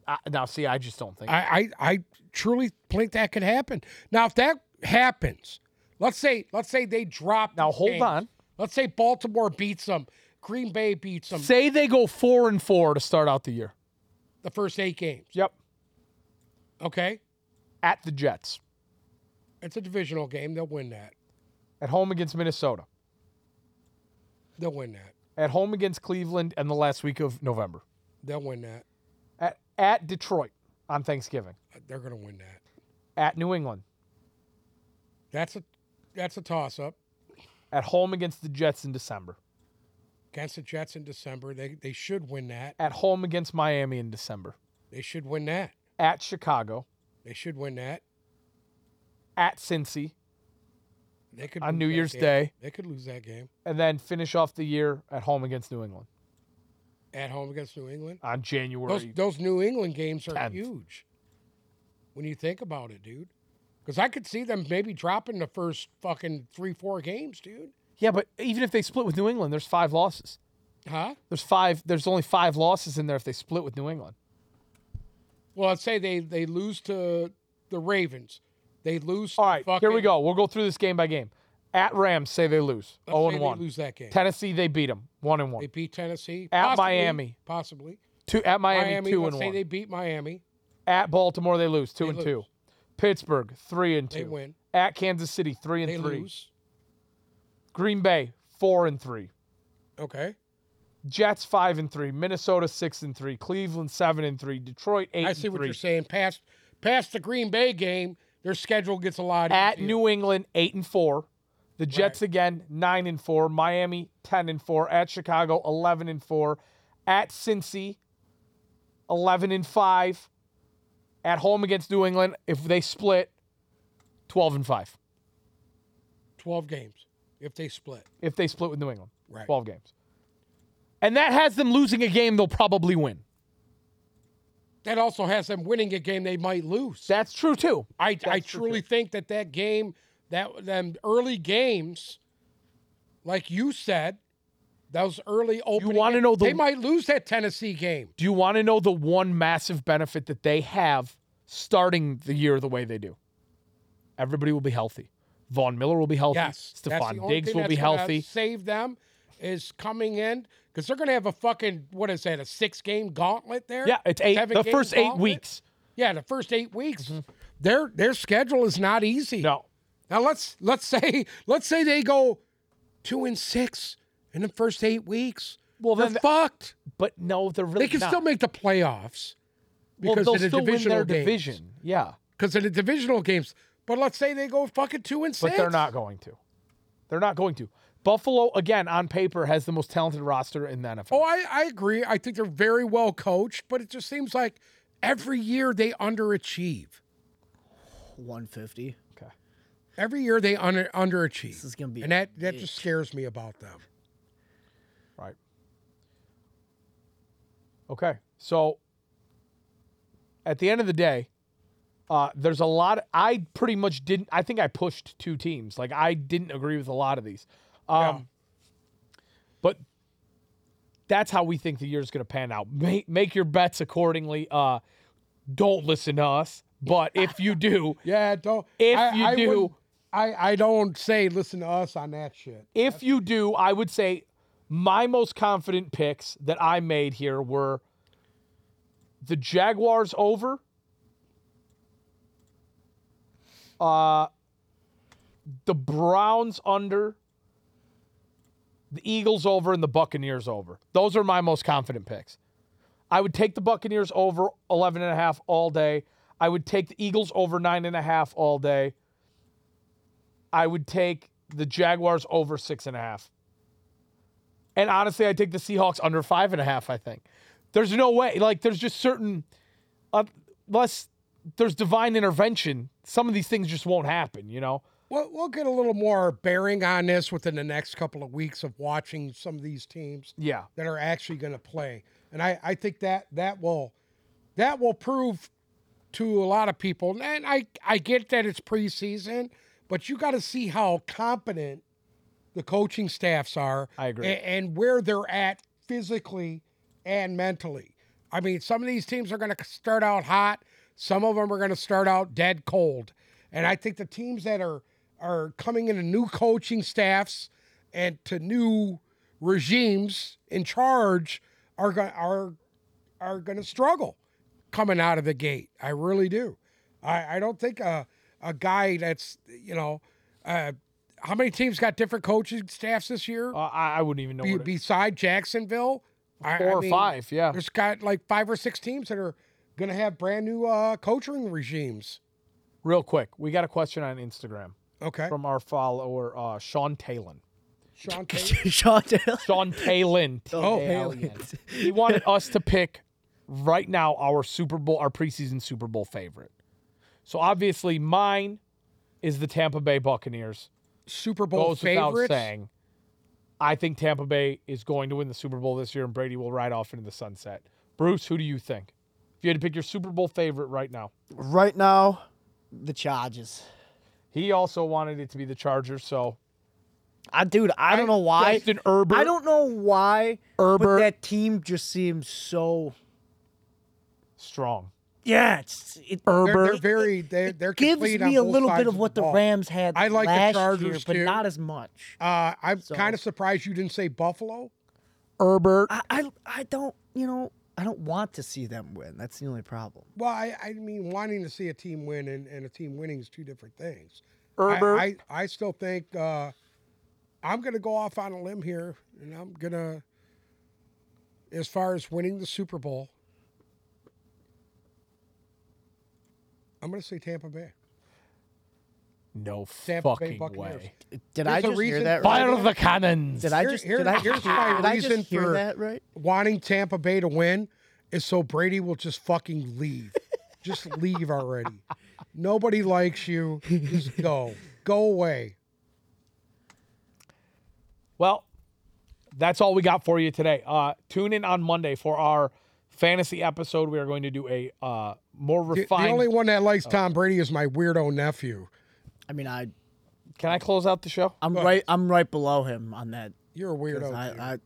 Speaker 1: uh, now. See, I just don't think
Speaker 3: I I, I truly think that could happen. Now, if that happens, let's say let's say they drop.
Speaker 1: Now,
Speaker 3: these
Speaker 1: hold
Speaker 3: games.
Speaker 1: on.
Speaker 3: Let's say Baltimore beats them. Green Bay beats them.
Speaker 1: say they go four and four to start out the year.
Speaker 3: The first eight games.
Speaker 1: Yep,
Speaker 3: Okay,
Speaker 1: at the Jets,
Speaker 3: it's a divisional game. They'll win that.
Speaker 1: at home against Minnesota,
Speaker 3: They'll win that.
Speaker 1: at home against Cleveland, and the last week of November,
Speaker 3: They'll win that.
Speaker 1: at at Detroit on Thanksgiving,
Speaker 3: They're gonna win that.
Speaker 1: at New England,
Speaker 3: That's a that's a toss up
Speaker 1: at home against the Jets in December,
Speaker 3: against the Jets in December. They they should win that.
Speaker 1: at home against Miami in December,
Speaker 3: They should win that.
Speaker 1: at Chicago,
Speaker 3: They should win that.
Speaker 1: at Cincy,
Speaker 3: They could
Speaker 1: On
Speaker 3: lose
Speaker 1: New
Speaker 3: that
Speaker 1: Year's
Speaker 3: game.
Speaker 1: Day.
Speaker 3: They could lose that game
Speaker 1: and then finish off the year at home against New England
Speaker 3: at home against New England.
Speaker 1: on January.
Speaker 3: Those those New England games are
Speaker 1: 10th.
Speaker 3: huge. When you think about it, dude. Because I could see them maybe dropping the first fucking three, four games, dude.
Speaker 1: yeah, but even if they split with New England, there's five losses.
Speaker 3: Huh?
Speaker 1: There's five. There's only five losses in there if they split with New England.
Speaker 3: Well, let's say they they lose to the Ravens. They lose.
Speaker 1: All right,
Speaker 3: fucking,
Speaker 1: here we go. We'll go through this game by game. At Rams, say they lose.
Speaker 3: let's
Speaker 1: Oh
Speaker 3: say
Speaker 1: and
Speaker 3: they
Speaker 1: one.
Speaker 3: Lose that game.
Speaker 1: Tennessee, they beat them. One and
Speaker 3: They
Speaker 1: one.
Speaker 3: beat Tennessee.
Speaker 1: At
Speaker 3: possibly,
Speaker 1: Miami.
Speaker 3: Possibly.
Speaker 1: Two at Miami,
Speaker 3: Miami.
Speaker 1: two
Speaker 3: let's
Speaker 1: and
Speaker 3: say
Speaker 1: one.
Speaker 3: they beat Miami.
Speaker 1: at Baltimore, they lose two
Speaker 3: They
Speaker 1: and
Speaker 3: lose.
Speaker 1: two. Pittsburgh, three and two.
Speaker 3: They win.
Speaker 1: At Kansas City, three and
Speaker 3: They
Speaker 1: three.
Speaker 3: lose.
Speaker 1: Green Bay, four and three.
Speaker 3: Okay.
Speaker 1: Jets five and three. Minnesota six and three. Cleveland seven and three. Detroit eight
Speaker 3: I see
Speaker 1: and
Speaker 3: what
Speaker 1: three.
Speaker 3: you're saying. Past past the Green Bay game, their schedule gets a lot easier.
Speaker 1: At New England eight and four. The Jets again nine and four. Miami ten and four. At Chicago eleven and four. At Cincy eleven and five. At home against New England, if they split, twelve and five.
Speaker 3: 12 games if they split.
Speaker 1: If they split with New England,
Speaker 3: Right.
Speaker 1: twelve games. And that has them losing a game they'll probably win.
Speaker 3: That also has them winning a game they might lose.
Speaker 1: That's true too.
Speaker 3: I, I truly think that that game, that them early games, like you said, those early opening.
Speaker 1: wanna
Speaker 3: games,
Speaker 1: know the-
Speaker 3: they might lose that Tennessee game.
Speaker 1: Do you want to know the one massive benefit that they have starting the year the way they do? Everybody will be healthy. Vaughn Miller will be healthy.
Speaker 3: Yes,
Speaker 1: *laughs*
Speaker 3: that's the
Speaker 1: Stephon
Speaker 3: only
Speaker 1: Diggs
Speaker 3: thing
Speaker 1: will be
Speaker 3: that's gonna
Speaker 1: healthy.
Speaker 3: Save them is coming in because they're going to have a fucking what is that? A six game gauntlet there?
Speaker 1: Yeah, it's eight.
Speaker 3: Seven
Speaker 1: The
Speaker 3: game
Speaker 1: first eight
Speaker 3: gauntlet?
Speaker 1: weeks. Mm-hmm.
Speaker 3: Yeah, the first eight weeks. Their their schedule is not easy.
Speaker 1: No,
Speaker 3: Now let's let's say let's say they go two and six in the first eight weeks.
Speaker 1: Well,
Speaker 3: they're
Speaker 1: then-
Speaker 3: fucked.
Speaker 1: but no, they're really
Speaker 3: They can
Speaker 1: not.
Speaker 3: still make the playoffs
Speaker 1: well,
Speaker 3: because
Speaker 1: they'll
Speaker 3: of the
Speaker 1: still win
Speaker 3: divisional
Speaker 1: their
Speaker 3: games.
Speaker 1: division. Yeah,
Speaker 3: Because of the divisional games. But let's say they go fucking two and
Speaker 1: but
Speaker 3: six.
Speaker 1: they're not going to. They're not going to. Buffalo again on paper has the most talented roster in the NFL.
Speaker 3: Oh, I, I agree. I think they're very well coached, but it just seems like every year they underachieve.
Speaker 2: *laughs* 150.
Speaker 1: Okay.
Speaker 3: Every year they under, underachieve. This
Speaker 2: is gonna be
Speaker 3: and that that just scares me about them.
Speaker 1: Right. Okay. So at the end of the day, uh, there's a lot. I pretty much didn't. I think I pushed two teams. Like I didn't agree with a lot of these. Um, But that's how we think the year's going to pan out. Make, make your bets accordingly. Uh, don't listen to us. But if you do,
Speaker 3: Yeah, don't.
Speaker 1: If you do-
Speaker 3: wouldn't- I, I don't say listen to us on that shit.
Speaker 1: If you do, I would say my most confident picks that I made here were the Jaguars over, uh, the Browns under, the Eagles over, and the Buccaneers over. Those are my most confident picks. I would take the Buccaneers over 11 and a half all day. I would take the Eagles over nine and a half all day. I would take the Jaguars over six and a half. And honestly, I take the Seahawks under five and a half, I think. There's no way. Like, there's just certain, uh, unless there's divine intervention, some of these things just won't happen, you know?
Speaker 3: We'll, we'll get a little more bearing on this within the next couple of weeks of watching some of these teams
Speaker 1: Yeah.
Speaker 3: that are actually going to play, and I, I think that that will that will prove to a lot of people. And I I get that it's preseason, but you got to see how competent the coaching staffs are.
Speaker 1: I agree.
Speaker 3: a- And, where they're at physically and mentally. I mean, some of these teams are going to start out hot. Some of them are going to start out dead cold. And I think the teams that are are coming into new coaching staffs and to new regimes in charge are going are are going to struggle coming out of the gate. I really do. I, I don't think a, a guy that's, you know, uh, how many teams got different coaching staffs this year
Speaker 1: Uh, I, I wouldn't even know.
Speaker 3: Be,
Speaker 1: what it-
Speaker 3: beside Jacksonville? I-
Speaker 1: four
Speaker 3: I
Speaker 1: or
Speaker 3: mean,
Speaker 1: five, yeah.
Speaker 3: There's got like five or six teams that are going to have brand new uh, coaching regimes.
Speaker 1: Real quick, we got a question on Instagram
Speaker 3: Okay.
Speaker 1: from our follower, uh, Sean Talon. *laughs*
Speaker 3: Sean Taylor.
Speaker 2: Sean Taylor.
Speaker 1: Sean Talon.
Speaker 2: *laughs*
Speaker 3: Oh,
Speaker 1: he wanted us to pick right now our Super Bowl, our preseason Super Bowl favorite. So obviously mine is the Tampa Bay Buccaneers.
Speaker 3: Super Bowl
Speaker 1: Goes without
Speaker 3: favorites.
Speaker 1: saying. I think Tampa Bay is going to win the Super Bowl this year, and Brady will ride off into the sunset. Bruce, who do you think? If you had to pick your Super Bowl favorite right now,
Speaker 2: Right now, the Chargers.
Speaker 1: he also wanted it to be the Chargers. So
Speaker 2: I dude, I don't know why.
Speaker 1: Justin Herbert.
Speaker 2: I don't know why.
Speaker 1: Herbert.
Speaker 2: But that team just seems so.
Speaker 1: strong.
Speaker 2: Yeah, it's it,
Speaker 3: They're, they're very they're, they're
Speaker 2: it gives
Speaker 3: complete on
Speaker 2: me a
Speaker 3: both
Speaker 2: little
Speaker 3: sides
Speaker 2: bit of what the,
Speaker 3: ball.
Speaker 2: Rams had
Speaker 3: I like the
Speaker 2: last year,
Speaker 3: Chargers,
Speaker 2: but
Speaker 3: too.
Speaker 2: not as much.
Speaker 3: Uh, I'm kind of surprised you didn't say Buffalo.
Speaker 1: Herbert.
Speaker 2: I, I I don't you know I don't want to see them win. That's the only problem.
Speaker 3: Well, I, I mean, wanting to see a team win and, and a team winning is two different things.
Speaker 1: Herbert.
Speaker 3: I, I, I still think uh, I'm going to go off on a limb here, and I'm going to, as far as winning the Super Bowl, I'm going to say Tampa Bay.
Speaker 1: no
Speaker 3: Tampa
Speaker 1: fucking
Speaker 3: Bay Buccaneers.
Speaker 1: way.
Speaker 2: Did
Speaker 3: There's
Speaker 2: I
Speaker 3: a
Speaker 2: just hear
Speaker 3: reason-
Speaker 2: that right?
Speaker 1: Fire the cannons.
Speaker 2: Did I
Speaker 3: Here-
Speaker 2: just
Speaker 3: here-
Speaker 2: did I,
Speaker 3: here's
Speaker 2: did
Speaker 3: my
Speaker 2: I
Speaker 3: reason
Speaker 2: just hear
Speaker 3: for-
Speaker 2: that right?
Speaker 3: Wanting Tampa Bay to win is so Brady will just fucking leave. just
Speaker 1: *laughs*
Speaker 3: leave already. Nobody likes you. Just go. Go away.
Speaker 1: Well, that's all we got for you today. Uh, tune in on Monday for our fantasy episode. We are going to do a uh, more
Speaker 3: The, the
Speaker 1: refined.
Speaker 3: only one that likes Tom Brady is my weirdo nephew.
Speaker 2: I mean I
Speaker 1: Can I close out the show?
Speaker 2: I'm right I'm right below him on that.
Speaker 3: You're a
Speaker 2: 'cause
Speaker 3: weirdo. dude.
Speaker 2: I,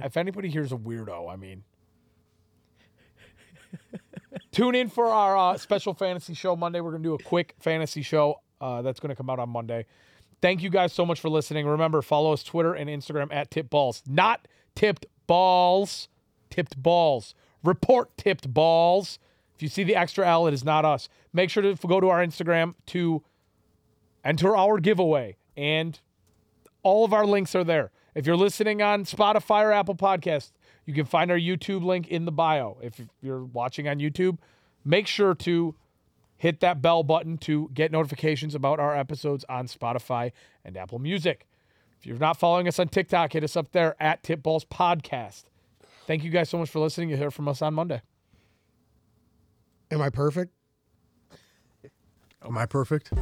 Speaker 2: I,
Speaker 1: If anybody here's a weirdo, I mean. *laughs* Tune in for our uh, special fantasy show Monday. We're going to do a quick fantasy show uh, that's going to come out on Monday. Thank you guys so much for listening. Remember, follow us Twitter and Instagram at Tipped Balls. Not Tipped Balls, Tipped Balls. Report Tipped Balls. If you see the extra L, it is not us. Make sure to go to our Instagram to enter our giveaway and all of our links are there. If you're listening on Spotify or Apple Podcasts, you can find our YouTube link in the bio. If you're watching on YouTube, make sure to hit that bell button to get notifications about our episodes on Spotify and Apple Music. If you're not following us on TikTok, hit us up there at Tipballs Podcast. Thank you guys so much for listening. You'll hear from us on Monday.
Speaker 3: Am I perfect?
Speaker 4: Am I perfect?